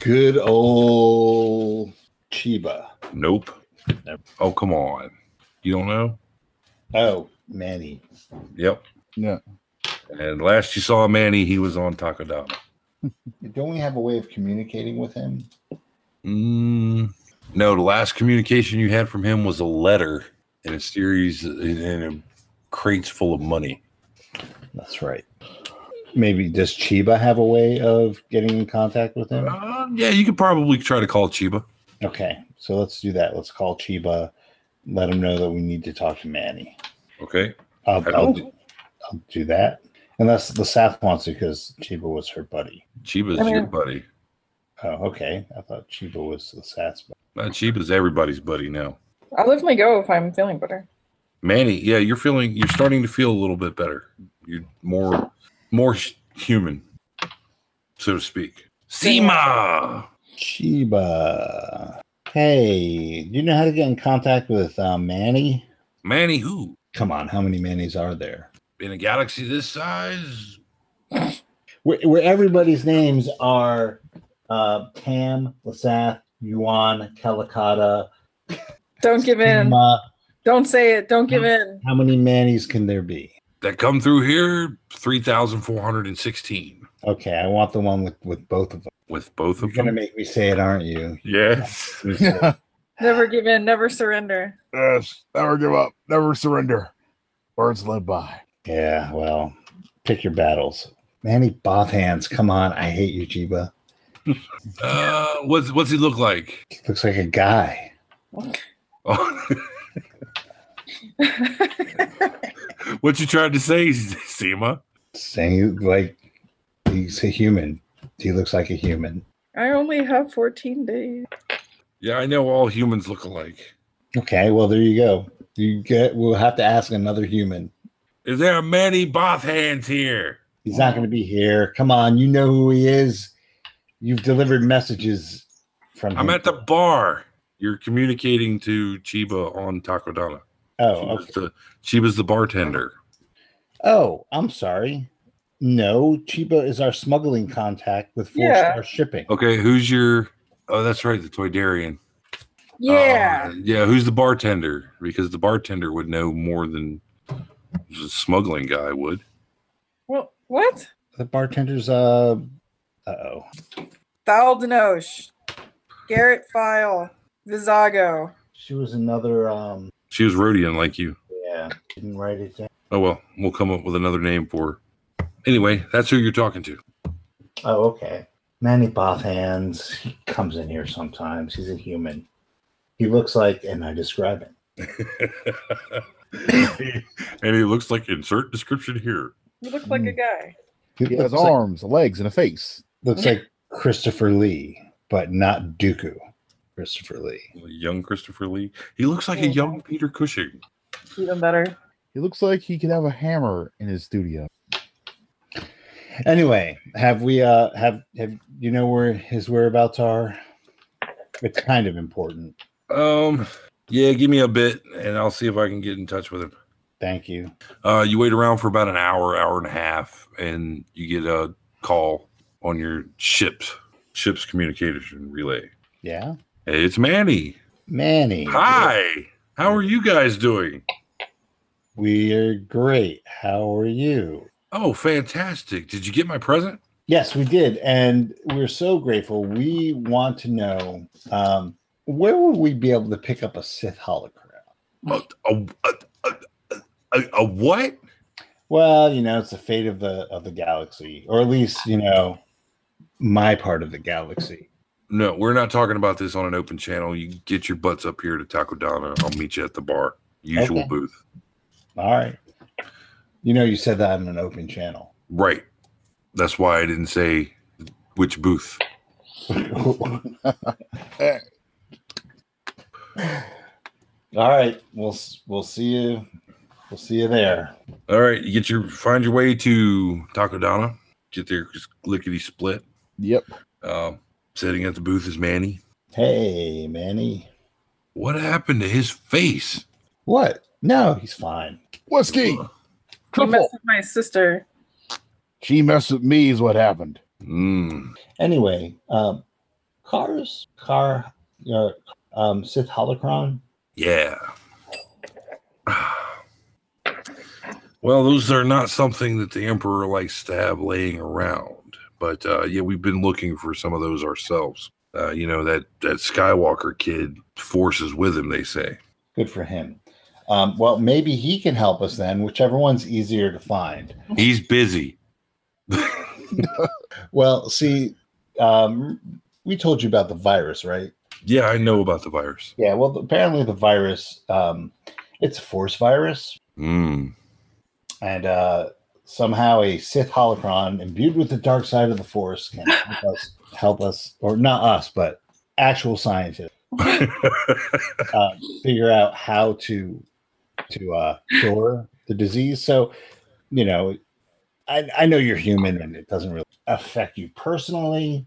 Speaker 1: Good old Chiba.
Speaker 8: Nope.
Speaker 1: Nope.
Speaker 8: Oh, come on. You don't know?
Speaker 1: Oh, Manny.
Speaker 8: Yep.
Speaker 4: Yeah.
Speaker 8: And last you saw Manny, he was on Takodama.
Speaker 1: Don't we have a way of communicating with him?
Speaker 8: Mm, no, the last communication you had from him was a letter in a series in, in a crates full of money.
Speaker 1: That's right. Maybe does Chiba have a way of getting in contact with him?
Speaker 8: Uh, yeah, you could probably try to call Chiba.
Speaker 1: Okay, so let's do that. Let's call Chiba, let him know that we need to talk to Manny.
Speaker 8: Okay.
Speaker 1: I'll,
Speaker 8: I
Speaker 1: I'll,
Speaker 8: don't-
Speaker 1: do, I'll do that. Unless the South wants it because Chiba was her buddy.
Speaker 8: Chiba's
Speaker 3: I
Speaker 8: your
Speaker 3: mean-
Speaker 8: buddy.
Speaker 1: Oh, okay. I thought Chiba was the South's buddy.
Speaker 8: Uh, Chiba's everybody's buddy now.
Speaker 3: I'll lift my go if I'm feeling better.
Speaker 8: Manny, yeah, you're feeling you're starting to feel a little bit better. You're more more sh- human, so to speak. Sima.
Speaker 1: Chiba. Hey, you know how to get in contact with uh, Manny?
Speaker 8: Manny who?
Speaker 1: Come on, how many Mannies are there?
Speaker 8: In a galaxy this size?
Speaker 1: Where, where everybody's names are uh, Tam, Lasath, Yuan, Calicata,
Speaker 3: Don't give in.
Speaker 1: Emma.
Speaker 3: Don't say it. Don't give in.
Speaker 1: How many Mannies can there be?
Speaker 8: That come through here 3416
Speaker 1: Okay, I want the one with with both of them.
Speaker 8: with both
Speaker 1: You're
Speaker 8: of
Speaker 1: gonna
Speaker 8: them.
Speaker 1: make me say it, aren't you?
Speaker 8: Yes.
Speaker 3: Never give in. Never surrender.
Speaker 4: (laughs)
Speaker 3: (laughs)
Speaker 4: Yes. Never give up. Never surrender. Birds led by.
Speaker 1: Yeah. Well, pick your battles. Manny Both Hands, come on! I hate you, Jiba.
Speaker 8: Uh, what's what's he look like? (laughs)
Speaker 1: He looks like a guy.
Speaker 8: Oh. what you trying to say, Seema?
Speaker 1: Saying like he's a human. He looks like a human.
Speaker 3: I only have 14 days.
Speaker 8: Yeah, I know all humans look alike.
Speaker 1: Okay. Well, there you go. You get. We'll have to ask another human.
Speaker 8: Is there a Manny Both hands here?
Speaker 1: He's not going to be here. Come on, you know who he is. You've delivered messages from.
Speaker 8: I'm
Speaker 1: him.
Speaker 8: at the bar. You're communicating to Chiba on Takodana.
Speaker 1: Oh,
Speaker 8: Chiba's
Speaker 1: okay.
Speaker 8: the, Chiba's the bartender.
Speaker 1: Oh, I'm sorry. No, Chiba is our smuggling contact with four
Speaker 3: Yeah.
Speaker 1: star shipping.
Speaker 8: Okay, who's your? Oh, that's right, the Toydarian.
Speaker 3: Yeah.
Speaker 8: Uh, yeah. Who's the bartender? Because the bartender would know more than the smuggling guy would.
Speaker 3: well, what?
Speaker 1: The bartender's uh uh oh.
Speaker 3: Thal Denoche, Garrett File, Visago.
Speaker 1: She was another um
Speaker 8: She was Rhodian like you.
Speaker 1: yeah, didn't write it down.
Speaker 8: Oh, well, we'll come up with another name for her. Anyway, that's who you're talking
Speaker 1: (laughs)
Speaker 8: to. (laughs)
Speaker 1: Oh, okay. Manny Bothhands, he comes in here sometimes. He's a human. He looks like and I describe it.
Speaker 8: and he looks like insert description here.
Speaker 3: You look like a
Speaker 4: Hmm.
Speaker 3: guy.
Speaker 4: He
Speaker 1: Yeah,
Speaker 4: has
Speaker 1: it's like-
Speaker 4: arms, legs, and a face.
Speaker 1: Looks like Christopher Lee, but not Dooku. Christopher Lee.
Speaker 8: Young Christopher Lee. He looks like a young Peter Cushing.
Speaker 3: Even better.
Speaker 4: He looks like he could have a hammer in his
Speaker 8: (laughs)
Speaker 4: studio.
Speaker 1: Anyway, have we uh have have you know where his whereabouts are? It's kind of important.
Speaker 8: Um, yeah, give me a bit and I'll see if I can get in touch with him.
Speaker 1: Thank you.
Speaker 8: Uh, you wait around for about an hour, hour and a half, and you get a call on your ship's ship's communication relay.
Speaker 1: Yeah.
Speaker 8: Hey, it's Manny.
Speaker 1: Manny.
Speaker 8: Hi. How are you guys doing?
Speaker 1: We are great. How are you?
Speaker 8: Oh, fantastic. Did you get my present?
Speaker 1: Yes, we did, and we're so grateful. We want to know um, where would we be able to pick up a Sith holocron?
Speaker 8: A, a, a, a- a what?
Speaker 1: Well, you know, it's the fate of the of the galaxy, or at least you know, my part of the galaxy.
Speaker 8: No, we're not talking about this on an open channel. You get your butts up here to Taco Donna. I'll meet you at the bar. Usual
Speaker 1: Okay.
Speaker 8: booth.
Speaker 1: All right. You know, you said that in an open channel.
Speaker 8: Right. That's why I didn't say which booth.
Speaker 1: All right, we'll s- we'll see you. We'll see you there.
Speaker 8: All right, you get your find your way to Taco Donna. Get there lickety split.
Speaker 4: Yep.
Speaker 8: Uh, sitting at the booth is Manny.
Speaker 1: Hey, Manny.
Speaker 8: What happened to his face?
Speaker 1: What? No, he's fine.
Speaker 4: Whiskey,
Speaker 3: He messed
Speaker 4: triple.
Speaker 3: with my sister.
Speaker 4: She messed with me, is what happened.
Speaker 8: Mm.
Speaker 1: Anyway, um, cars, car, uh, um, Sith holocron.
Speaker 8: Yeah. (sighs) Well, those are not something that the Emperor likes to have laying around. But uh, yeah, we've been looking for some of those ourselves. Uh, you know that that Skywalker kid forces with him. They say.
Speaker 1: Good for him. Um, well, maybe he can help us then. Whichever one's easier to find.
Speaker 8: He's busy.
Speaker 1: Well, see, um, we told you about the virus, right?
Speaker 8: yeah, I know about the virus.
Speaker 1: Yeah. Well, apparently the virus, um, it's a force virus,
Speaker 8: (laughs) Mm.
Speaker 1: and uh, somehow a Sith holocron imbued with the dark side of the Force can help us, help us or not us, but actual scientists uh, figure out how to to uh, cure the disease. So, you know, I, I know you're human and it doesn't really affect you personally,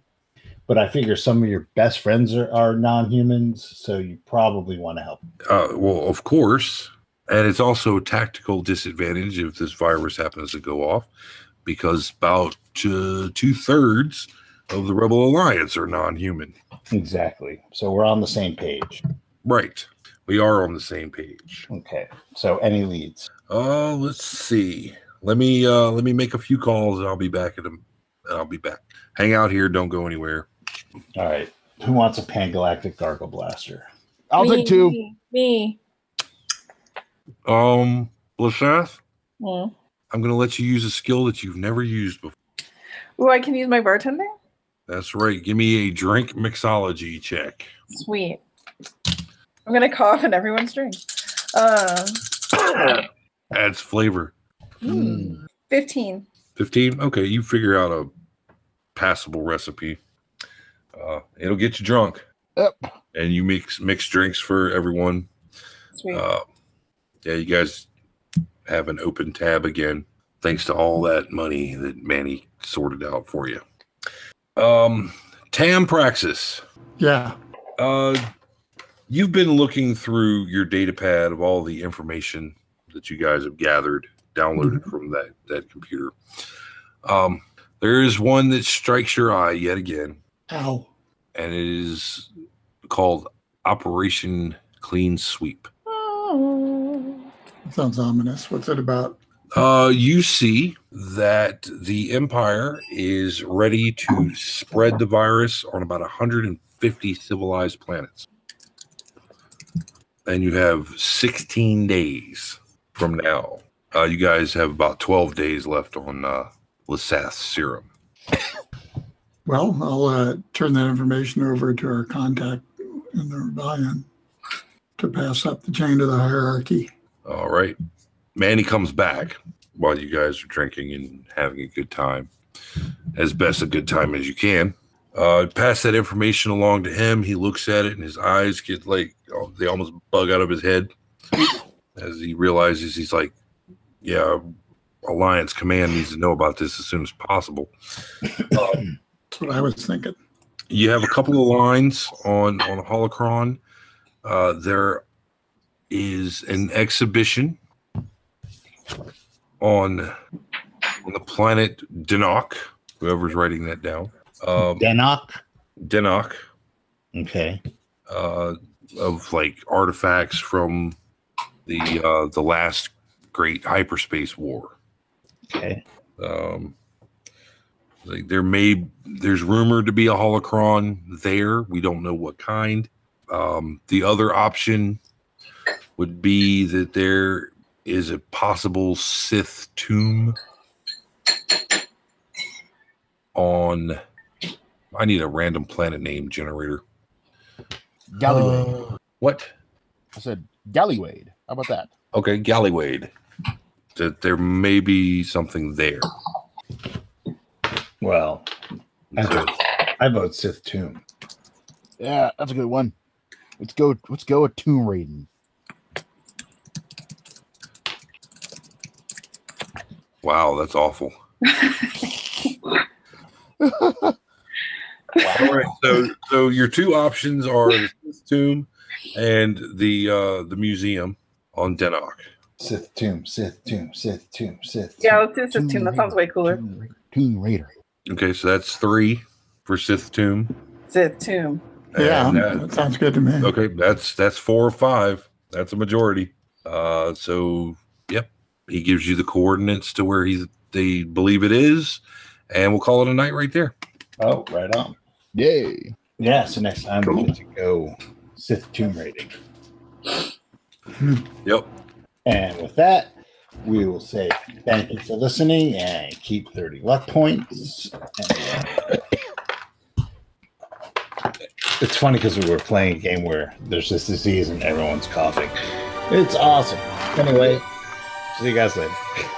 Speaker 1: but I figure some of your best friends are, are non-humans, so you probably want to help.
Speaker 8: Uh, well, of course. And it's also a tactical disadvantage if this virus happens to go off because about uh, two thirds of the Rebel Alliance are non human.
Speaker 1: Exactly. So we're on the same page.
Speaker 8: Right. We are on the same page.
Speaker 1: Okay. So any leads?
Speaker 8: Oh, let's see. Let me uh let me make a few calls and I'll be back at them. I'll be back. Hang out here, don't go anywhere.
Speaker 1: All right. Who wants a Pangalactic Gargle Blaster?
Speaker 4: I'll
Speaker 3: Me,
Speaker 4: take two.
Speaker 3: Me. me.
Speaker 8: Um Lashath,
Speaker 3: Mm.
Speaker 8: I'm gonna let you use a skill that you've never used before.
Speaker 3: Ooh, I can use my bartender?
Speaker 8: That's right. Give me a drink mixology check.
Speaker 3: Sweet. I'm gonna cough in everyone's drink. Um,
Speaker 8: Adds flavor.
Speaker 3: hmm, fifteen.
Speaker 8: 15 okay you figure out a passable recipe uh, it'll get you drunk
Speaker 4: Yep.
Speaker 8: and you mix mix drinks for everyone
Speaker 3: Sweet.
Speaker 8: uh, yeah you guys have an open tab again thanks to all that money that manny sorted out for you um tam praxis
Speaker 6: Yeah.
Speaker 8: uh, you've been looking through your data pad of all the information that you guys have gathered, downloaded from that that computer. Um, there is one that strikes your eye yet again,
Speaker 6: Ow.
Speaker 8: and it is called Operation Clean Sweep.
Speaker 4: Uh,
Speaker 6: Sounds ominous. What's it about?
Speaker 8: Uh, you see that the Empire is ready to spread the virus on about 150 civilized planets. And you have 16 days from now. Uh, you guys have about 12 days left on uh, Lasath serum.
Speaker 6: Well, I'll uh, turn that information over to our contact in the rebellion to pass up the chain to the hierarchy.
Speaker 8: All right. Manny comes back while you guys are drinking and having a good time, as best a good time as you can. Uh, pass that information along to him. He looks at it and his eyes get like oh, they almost bug out of his head (coughs) as he realizes he's like, yeah, Alliance Command needs to know about this as soon as possible.
Speaker 6: That's what I was thinking.
Speaker 8: you have a couple of lines on on holocron uh there is an exhibition on on the planet denok whoever's writing that down um
Speaker 1: Denok.
Speaker 8: denok
Speaker 1: Okay.
Speaker 8: uh of like artifacts from the uh the last great hyperspace war
Speaker 1: Okay.
Speaker 8: Um, like there may there's rumored to be a holocron there. We don't know what kind. Um, the other option would be that there is a possible Sith tomb on. I need a random planet name generator.
Speaker 4: Galliwade.
Speaker 8: Uh, What?
Speaker 4: I said Galliwade. How about that?
Speaker 8: Okay, Gallywade. That there may be something there.
Speaker 5: Well,
Speaker 8: So-
Speaker 5: I vote Sith Tomb.
Speaker 4: Yeah, that's a good one. Let's go. Let's go with Tomb Raiden.
Speaker 8: wow, that's awful. All right. So, so your two options are the Sith tomb and the uh, the museum on Denok.
Speaker 5: Sith Tomb. Sith Tomb. Sith Tomb. Sith.
Speaker 3: Yeah,
Speaker 5: Tomb.
Speaker 3: let's do Sith Tomb. That sounds way cooler.
Speaker 4: Tomb Ra- Tomb Raider.
Speaker 8: Okay, so that's three for Sith tomb.
Speaker 3: Sith Tomb.
Speaker 8: and uh,
Speaker 6: yeah,
Speaker 8: that-
Speaker 6: that sounds good to me.
Speaker 8: okay, that's that's four or five. That's a majority. Uh, so yep, he gives you the coordinates to where he they believe it is, and we'll call it a night right there.
Speaker 5: Oh, right on.
Speaker 4: Yay!
Speaker 5: Yeah. So next time we get to go Sith Tomb raiding.
Speaker 8: Yep.
Speaker 5: And with that, we will say thank you for listening and keep 30 luck points. It's funny because we were playing a game where there's this disease and everyone's coughing. It's awesome. Anyway, see you guys later.